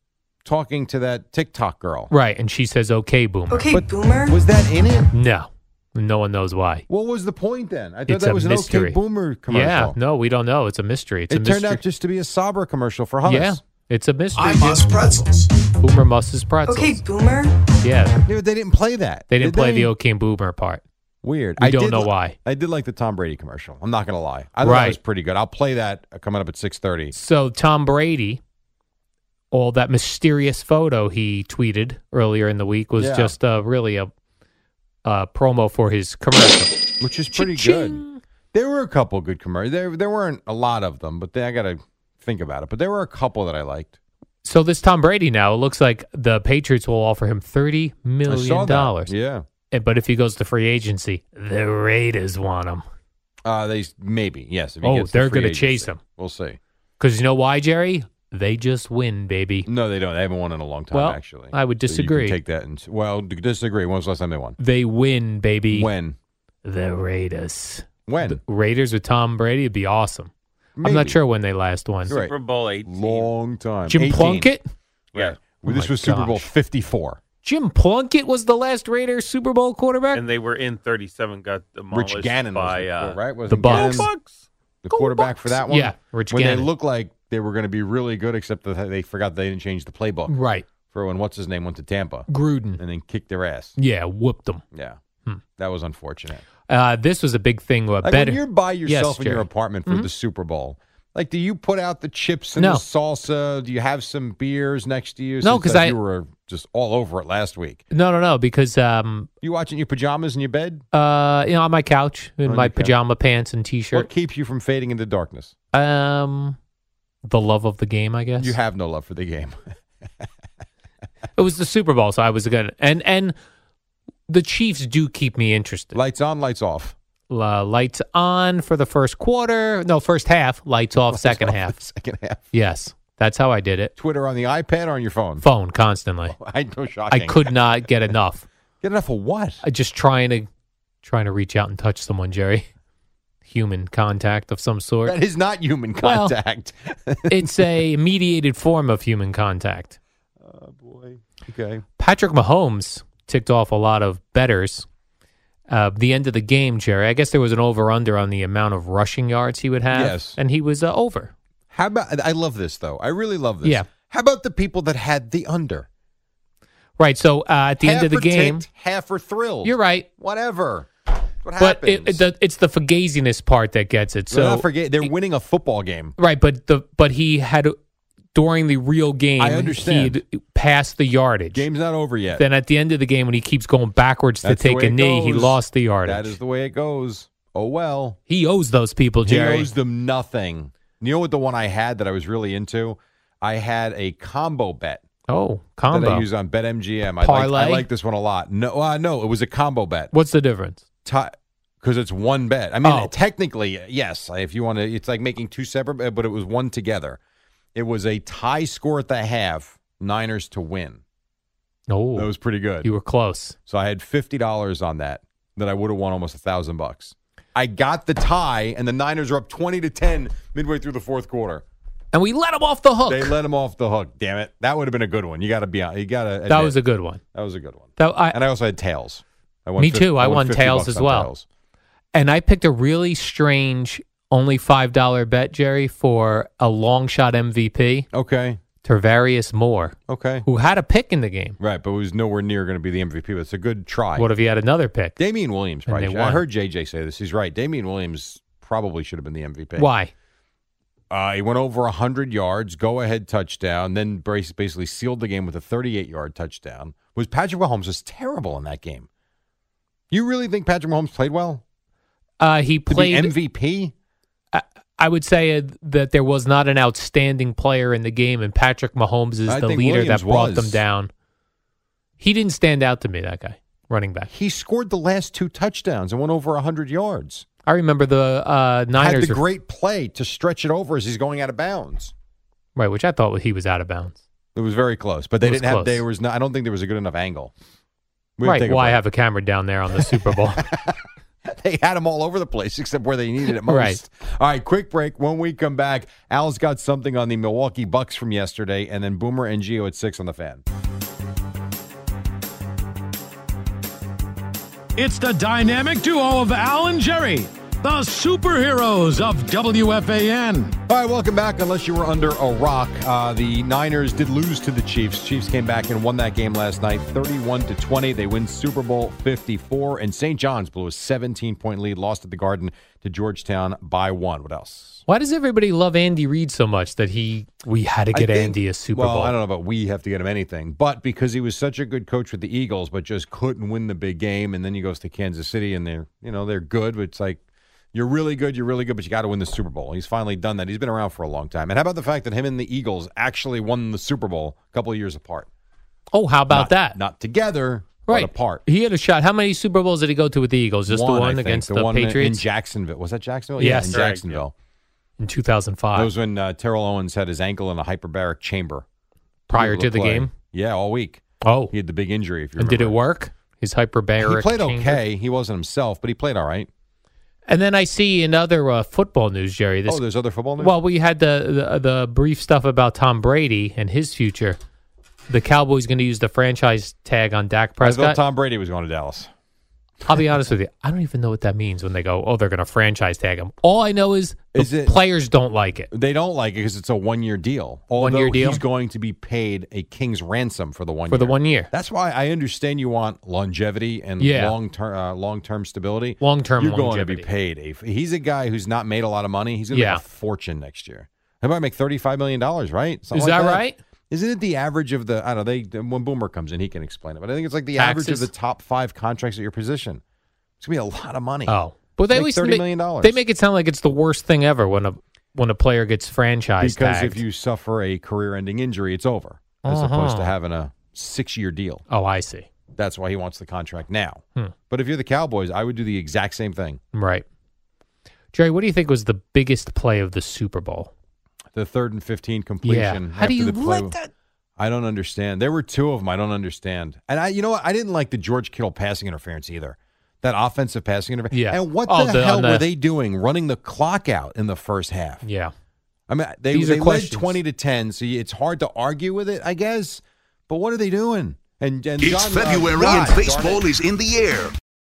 [SPEAKER 1] talking to that TikTok girl.
[SPEAKER 2] Right, and she says, "Okay, Boomer."
[SPEAKER 6] Okay,
[SPEAKER 1] But
[SPEAKER 6] Boomer.
[SPEAKER 1] Was that in it?
[SPEAKER 2] No, no one knows why.
[SPEAKER 1] What was the point then? I thought
[SPEAKER 2] It's a
[SPEAKER 1] that was an
[SPEAKER 2] mystery.
[SPEAKER 1] OK Boomer commercial.
[SPEAKER 2] Yeah, no, we don't know. It's a mystery. It's
[SPEAKER 1] it
[SPEAKER 2] a
[SPEAKER 1] turned
[SPEAKER 2] mystery.
[SPEAKER 1] out just to be a Sabra commercial for hummus.
[SPEAKER 2] yeah, it's a mystery.
[SPEAKER 5] pretzels.
[SPEAKER 2] Boomer musses pretzels.
[SPEAKER 6] Okay, Boomer.
[SPEAKER 2] Yeah,
[SPEAKER 1] Yeah, but they didn't play that.
[SPEAKER 2] they didn't
[SPEAKER 1] did
[SPEAKER 2] play the OK Boomer part.
[SPEAKER 1] Weird.
[SPEAKER 2] We
[SPEAKER 1] I
[SPEAKER 2] don't
[SPEAKER 1] did
[SPEAKER 2] know
[SPEAKER 1] li-
[SPEAKER 2] why.
[SPEAKER 1] I did like the Tom Brady commercial. I'm not gonna lie. I thought
[SPEAKER 2] Right.
[SPEAKER 1] that was pretty good. I'll play that uh, coming up at 6:30.
[SPEAKER 2] So Tom Brady, all that mysterious photo he tweeted earlier in the week was
[SPEAKER 1] Yeah.
[SPEAKER 2] just uh, really a, a promo for his commercial.
[SPEAKER 1] which is pretty good. There were a couple good commercials. There, there weren't a lot of them, but they, I got to think about it. But there were a couple that I liked.
[SPEAKER 2] so this Tom Brady now it looks like the Patriots will offer him thirty
[SPEAKER 1] I saw
[SPEAKER 2] million
[SPEAKER 1] that.
[SPEAKER 2] dollars.
[SPEAKER 1] Yeah,
[SPEAKER 2] And- But if he goes to free agency, the Raiders want him.
[SPEAKER 1] uh, they maybe yes. If he
[SPEAKER 2] Oh,
[SPEAKER 1] gets to
[SPEAKER 2] they're
[SPEAKER 1] free
[SPEAKER 2] gonna chase
[SPEAKER 1] agency.
[SPEAKER 2] him.
[SPEAKER 1] We'll see.
[SPEAKER 2] Because you know why, Jerry? They just win, baby.
[SPEAKER 1] No, they don't. They haven't won in a long time.
[SPEAKER 2] Well,
[SPEAKER 1] actually,
[SPEAKER 2] I would
[SPEAKER 1] So you can
[SPEAKER 2] disagree.
[SPEAKER 1] take that and well, d- disagree. When was the last time they won?
[SPEAKER 2] They win, baby.
[SPEAKER 1] When?
[SPEAKER 2] The Raiders.
[SPEAKER 1] When?
[SPEAKER 2] Raiders with Tom Brady would be awesome. I'm
[SPEAKER 1] Maybe.
[SPEAKER 2] not sure when they last won.
[SPEAKER 1] You're right.
[SPEAKER 7] Super Bowl 18.
[SPEAKER 1] Long time.
[SPEAKER 2] Jim
[SPEAKER 1] 18.
[SPEAKER 2] Plunkett?
[SPEAKER 1] Yeah.
[SPEAKER 2] Oh
[SPEAKER 1] this
[SPEAKER 2] my
[SPEAKER 1] was Super Bowl
[SPEAKER 2] gosh.
[SPEAKER 1] 54.
[SPEAKER 2] Jim Plunkett was the last Raiders Super Bowl quarterback?
[SPEAKER 7] And they were in 37, got demolished
[SPEAKER 1] Rich Gannon
[SPEAKER 7] by
[SPEAKER 1] was
[SPEAKER 7] uh,
[SPEAKER 1] the, right? Was
[SPEAKER 2] the Bucks.
[SPEAKER 1] the
[SPEAKER 2] Go
[SPEAKER 1] quarterback
[SPEAKER 2] Bucks.
[SPEAKER 1] for that one.
[SPEAKER 2] Yeah, Rich
[SPEAKER 1] when
[SPEAKER 2] Gannon.
[SPEAKER 1] they looked like they were going to be really good, except that they forgot they didn't change the playbook
[SPEAKER 2] right.
[SPEAKER 1] for when what's his name went to Tampa
[SPEAKER 2] Gruden.
[SPEAKER 1] and then kicked their ass.
[SPEAKER 2] Yeah, whooped them.
[SPEAKER 1] Yeah,
[SPEAKER 2] Hmm.
[SPEAKER 1] that was unfortunate.
[SPEAKER 2] Uh, this was a big thing. Uh,
[SPEAKER 1] Like
[SPEAKER 2] better.
[SPEAKER 1] when you're by yourself in your
[SPEAKER 2] Jerry. Hmm?
[SPEAKER 1] apartment for the Super Bowl, like do you put out the chips and
[SPEAKER 2] No.
[SPEAKER 1] the salsa? Do you have some beers next to you?
[SPEAKER 2] No,
[SPEAKER 1] Since
[SPEAKER 2] 'cause
[SPEAKER 1] that
[SPEAKER 2] I-
[SPEAKER 1] you were just all over it last week.
[SPEAKER 2] No, no, no, because um,
[SPEAKER 1] You watching your pajamas in your bed?
[SPEAKER 2] uh, you know, on my couch in
[SPEAKER 1] On
[SPEAKER 2] my
[SPEAKER 1] your couch.
[SPEAKER 2] pajama pants and t-shirt,
[SPEAKER 1] What keeps you from fading into darkness?
[SPEAKER 2] um, the love of the game, I guess.
[SPEAKER 1] You have no love for the game.
[SPEAKER 2] It was the Super Bowl, so I was good. And and the Chiefs do keep me interested.
[SPEAKER 1] lights on, lights off.
[SPEAKER 2] La- lights on for the first quarter. No, first half. Lights off. Second half.
[SPEAKER 1] Second half.
[SPEAKER 2] Yes, that's how I did it.
[SPEAKER 1] Twitter on the iPad or on your phone?
[SPEAKER 2] Phone constantly.
[SPEAKER 1] I know, shocking.
[SPEAKER 2] I could not get enough.
[SPEAKER 1] Get enough of what?
[SPEAKER 2] I just trying to trying to reach out and touch someone, Jerry. Human contact of some sort.
[SPEAKER 1] That is not human
[SPEAKER 2] Well-
[SPEAKER 1] contact.
[SPEAKER 2] it's a mediated form of human contact.
[SPEAKER 1] oh, boy. Okay.
[SPEAKER 2] Patrick Mahomes ticked off a lot of betters. Uh, the end of the game, Jerry. I guess there was an over under on the amount of rushing yards he would have.
[SPEAKER 1] Yes.
[SPEAKER 2] And he was uh, over.
[SPEAKER 1] How about, I love this, though. I really love this.
[SPEAKER 2] Yeah.
[SPEAKER 1] How about the people that had the under?
[SPEAKER 2] Right. So uh, at the end
[SPEAKER 1] Half
[SPEAKER 2] of the
[SPEAKER 1] are
[SPEAKER 2] game,
[SPEAKER 1] ticked, half are thrilled.
[SPEAKER 2] you're right.
[SPEAKER 1] Whatever. What
[SPEAKER 2] But
[SPEAKER 1] happens?
[SPEAKER 2] it, it, the, it's the fugaziness part that gets it.
[SPEAKER 1] so,
[SPEAKER 2] So
[SPEAKER 1] forget, they're winning a football game.
[SPEAKER 2] right, but the but he had during the real game,
[SPEAKER 1] I understand.
[SPEAKER 2] he'd passed the yardage.
[SPEAKER 1] Game's not over yet.
[SPEAKER 2] Then at the end of the game, when he keeps going backwards to
[SPEAKER 1] That's the
[SPEAKER 2] take
[SPEAKER 1] way
[SPEAKER 2] a
[SPEAKER 1] it
[SPEAKER 2] knee, he
[SPEAKER 1] goes.
[SPEAKER 2] lost the yardage.
[SPEAKER 1] that is the way it goes. Oh, well.
[SPEAKER 2] he owes those people, Jerry.
[SPEAKER 1] He owes them nothing. You know what the one I had that I was really into? I had a combo bet
[SPEAKER 2] oh, combo.
[SPEAKER 1] that I use on BetMGM. I like, I
[SPEAKER 2] Parlay?
[SPEAKER 1] like this one a lot. No, uh, no, it was a combo bet
[SPEAKER 2] What's the difference?
[SPEAKER 1] because it's one bet. I mean,
[SPEAKER 2] Oh.
[SPEAKER 1] technically, yes. If you want to, it's like making two separate, but it was one together. It was a tie score at the half, Niners to win.
[SPEAKER 2] No,
[SPEAKER 1] That was pretty good.
[SPEAKER 2] you were close.
[SPEAKER 1] So I had fifty dollars on that. That I would have won almost a thousand bucks. I got the tie, and the Niners are up twenty to ten midway through the fourth quarter.
[SPEAKER 2] And we let him off the hook.
[SPEAKER 1] They let him off the hook. Damn it! That would have been a good one. You got to be on. You got to.
[SPEAKER 2] that was a good one.
[SPEAKER 1] That was a good one.
[SPEAKER 2] That, I,
[SPEAKER 1] and I also had tails. I won
[SPEAKER 2] Me
[SPEAKER 1] fif-
[SPEAKER 2] too. I won
[SPEAKER 1] 50
[SPEAKER 2] tails
[SPEAKER 1] bucks
[SPEAKER 2] as
[SPEAKER 1] on
[SPEAKER 2] well.
[SPEAKER 1] tails.
[SPEAKER 2] and I picked a really strange only $5 bet, Jerry, for a long shot MVP,
[SPEAKER 1] Okay.
[SPEAKER 2] Tervarius Moore,
[SPEAKER 1] Okay.
[SPEAKER 2] who had a pick in the game.
[SPEAKER 1] Right, but it was nowhere near going to be the MVP. But it's a good try.
[SPEAKER 2] What if he had another pick?
[SPEAKER 1] Damian Williams?
[SPEAKER 2] And
[SPEAKER 1] Probably.
[SPEAKER 2] they
[SPEAKER 1] should- I
[SPEAKER 2] won.
[SPEAKER 1] heard JJ say this. He's right. Damian Williams probably should have been the MVP.
[SPEAKER 2] Why?
[SPEAKER 1] Uh, he went over 100 yards, go ahead touchdown, then Brace basically sealed the game with a 38 yard touchdown. Was Patrick Mahomes was terrible in that game. You really think Patrick Mahomes played well?
[SPEAKER 2] Uh, he
[SPEAKER 1] To
[SPEAKER 2] played.
[SPEAKER 1] be MVP?
[SPEAKER 2] I, I would say uh, that there was not an outstanding player in the game, and Patrick Mahomes is
[SPEAKER 1] I
[SPEAKER 2] the
[SPEAKER 1] think
[SPEAKER 2] leader
[SPEAKER 1] Williams
[SPEAKER 2] that brought
[SPEAKER 1] was.
[SPEAKER 2] them down. He didn't stand out to me, that guy, running back.
[SPEAKER 1] He scored the last two touchdowns and went over 100 yards.
[SPEAKER 2] I remember the uh, Niners,
[SPEAKER 1] Had the
[SPEAKER 2] were-
[SPEAKER 1] great play to stretch it over as he's going out of bounds.
[SPEAKER 2] right? Which I thought he was out of bounds.
[SPEAKER 1] It was very close, but they
[SPEAKER 2] It was
[SPEAKER 1] didn't have.
[SPEAKER 2] close.
[SPEAKER 1] There was not. I don't think there was a good enough angle. We have to
[SPEAKER 2] right?
[SPEAKER 1] take a
[SPEAKER 2] Why
[SPEAKER 1] break.
[SPEAKER 2] have a camera down there on the Super Bowl?
[SPEAKER 1] they had them all over the place except where they needed it most.
[SPEAKER 2] Right.
[SPEAKER 1] All right, quick break. When we come back, Al's got something on the Milwaukee Bucks from yesterday, and then Boomer and Geo at six on the fan.
[SPEAKER 3] It's the dynamic duo of Al and Jerry, the superheroes of WFAN.
[SPEAKER 1] All right, welcome back. Unless you were under a rock, uh, the Niners did lose to the Chiefs. Chiefs came back and won that game last night, thirty-one to twenty. They win Super Bowl fifty-four, and St. John's blew a seventeen-point lead, lost at the Garden to Georgetown by one. What else?
[SPEAKER 2] Why does everybody love Andy Reid so much that he we had to
[SPEAKER 1] I
[SPEAKER 2] get
[SPEAKER 1] think-
[SPEAKER 2] Andy a Super
[SPEAKER 1] well,
[SPEAKER 2] Bowl?
[SPEAKER 1] I don't know about we have to get him anything, but because he was such a good coach with the Eagles, but just couldn't win the big game, and then he goes to Kansas City, and they're you know they're good, but it's like you're really good, you're really good, but you got to win the Super Bowl. He's finally done that. He's been around for a long time, and how about the fact that him and the Eagles actually won the Super Bowl a couple of years apart?
[SPEAKER 2] oh, how about
[SPEAKER 1] Not-
[SPEAKER 2] that?
[SPEAKER 1] Not together,
[SPEAKER 2] right,
[SPEAKER 1] But apart.
[SPEAKER 2] He had a shot. How many Super Bowls did he go to with the Eagles? Just the
[SPEAKER 1] I
[SPEAKER 2] one
[SPEAKER 1] think.
[SPEAKER 2] against the,
[SPEAKER 1] one in- in
[SPEAKER 2] Patriots
[SPEAKER 1] Jacksonville. Was that Jacksonville?
[SPEAKER 2] Yes.
[SPEAKER 1] yeah, in
[SPEAKER 7] Correct,
[SPEAKER 1] Jacksonville.
[SPEAKER 2] in 2005.
[SPEAKER 1] That was when uh, Terrell Owens had his ankle in a hyperbaric chamber
[SPEAKER 2] prior
[SPEAKER 1] Able
[SPEAKER 2] to the
[SPEAKER 1] play.
[SPEAKER 2] game.
[SPEAKER 1] Yeah, all week.
[SPEAKER 2] Oh,
[SPEAKER 1] He had the big injury. If you
[SPEAKER 2] and did
[SPEAKER 1] remember.
[SPEAKER 2] it work? His hyperbaric.
[SPEAKER 1] He played
[SPEAKER 2] chamber?
[SPEAKER 1] okay. He wasn't himself, but he played all right.
[SPEAKER 2] And then I see in other uh, football news, Jerry. This
[SPEAKER 1] oh, there's other football news.
[SPEAKER 2] well, we had the, the the brief stuff about Tom Brady and his future. The Cowboys going to use the franchise tag on Dak
[SPEAKER 1] I thought
[SPEAKER 2] Prescott.
[SPEAKER 1] Tom Brady was going to Dallas.
[SPEAKER 2] I'll be honest with you. I don't even know what that means when they go, "Oh, they're going to franchise tag him." All I know is the
[SPEAKER 1] Is it-
[SPEAKER 2] players don't like it.
[SPEAKER 1] They don't like it because it's a one-year deal. Although
[SPEAKER 2] One-year deal?
[SPEAKER 1] He's going to be paid a king's ransom for the one
[SPEAKER 2] For
[SPEAKER 1] year.
[SPEAKER 2] the one year.
[SPEAKER 1] That's why I understand you want longevity and
[SPEAKER 2] Yeah.
[SPEAKER 1] long-term uh, long-term stability.
[SPEAKER 2] Long-term
[SPEAKER 1] You're going to be
[SPEAKER 2] longevity.
[SPEAKER 1] paid. A, he's a guy who's not made a lot of money. He's going to
[SPEAKER 2] Yeah.
[SPEAKER 1] make a fortune next year. He might make thirty-five million dollars, right? Something
[SPEAKER 2] Is
[SPEAKER 1] like
[SPEAKER 2] that right?
[SPEAKER 1] Isn't it the average of the? I don't know. They when Boomer comes in, he can explain it. But I think it's like the average of
[SPEAKER 2] Taxes?
[SPEAKER 1] the top five contracts at your position. It's gonna be a lot of money.
[SPEAKER 2] Oh, but they
[SPEAKER 1] Make
[SPEAKER 2] always
[SPEAKER 1] $30
[SPEAKER 2] make-
[SPEAKER 1] million dollars.
[SPEAKER 2] They make it sound like it's the worst thing ever when a when a player gets franchise
[SPEAKER 1] because
[SPEAKER 2] tagged.
[SPEAKER 1] if you suffer a career-ending injury, it's over, as
[SPEAKER 2] Uh-huh.
[SPEAKER 1] opposed to having a six-year deal.
[SPEAKER 2] oh, I see.
[SPEAKER 1] That's why he wants the contract now.
[SPEAKER 2] Hmm.
[SPEAKER 1] But if you're the Cowboys, I would do the exact same thing.
[SPEAKER 2] Right. Jerry, what do you think was the biggest play of the Super Bowl?
[SPEAKER 1] The third and 15 completion.
[SPEAKER 2] How do
[SPEAKER 1] after
[SPEAKER 2] you
[SPEAKER 1] the play-
[SPEAKER 2] let that?
[SPEAKER 1] I don't understand. There were two of them. I don't understand. And I, you know what? I didn't like the George Kittle passing interference either. That offensive passing interference.
[SPEAKER 2] Yeah.
[SPEAKER 1] And what
[SPEAKER 2] Oh,
[SPEAKER 1] the,
[SPEAKER 2] the-
[SPEAKER 1] hell
[SPEAKER 2] on the-
[SPEAKER 1] were they doing running the clock out in the first half?
[SPEAKER 2] Yeah.
[SPEAKER 1] I mean, they,
[SPEAKER 2] These are
[SPEAKER 1] they led
[SPEAKER 2] questions.
[SPEAKER 1] 20 to 10, so it's hard to argue with it, I guess. But what are they doing? And, and
[SPEAKER 5] It's
[SPEAKER 1] John, uh,
[SPEAKER 5] February
[SPEAKER 1] God,
[SPEAKER 5] and
[SPEAKER 1] darn it.
[SPEAKER 5] baseball is in the air.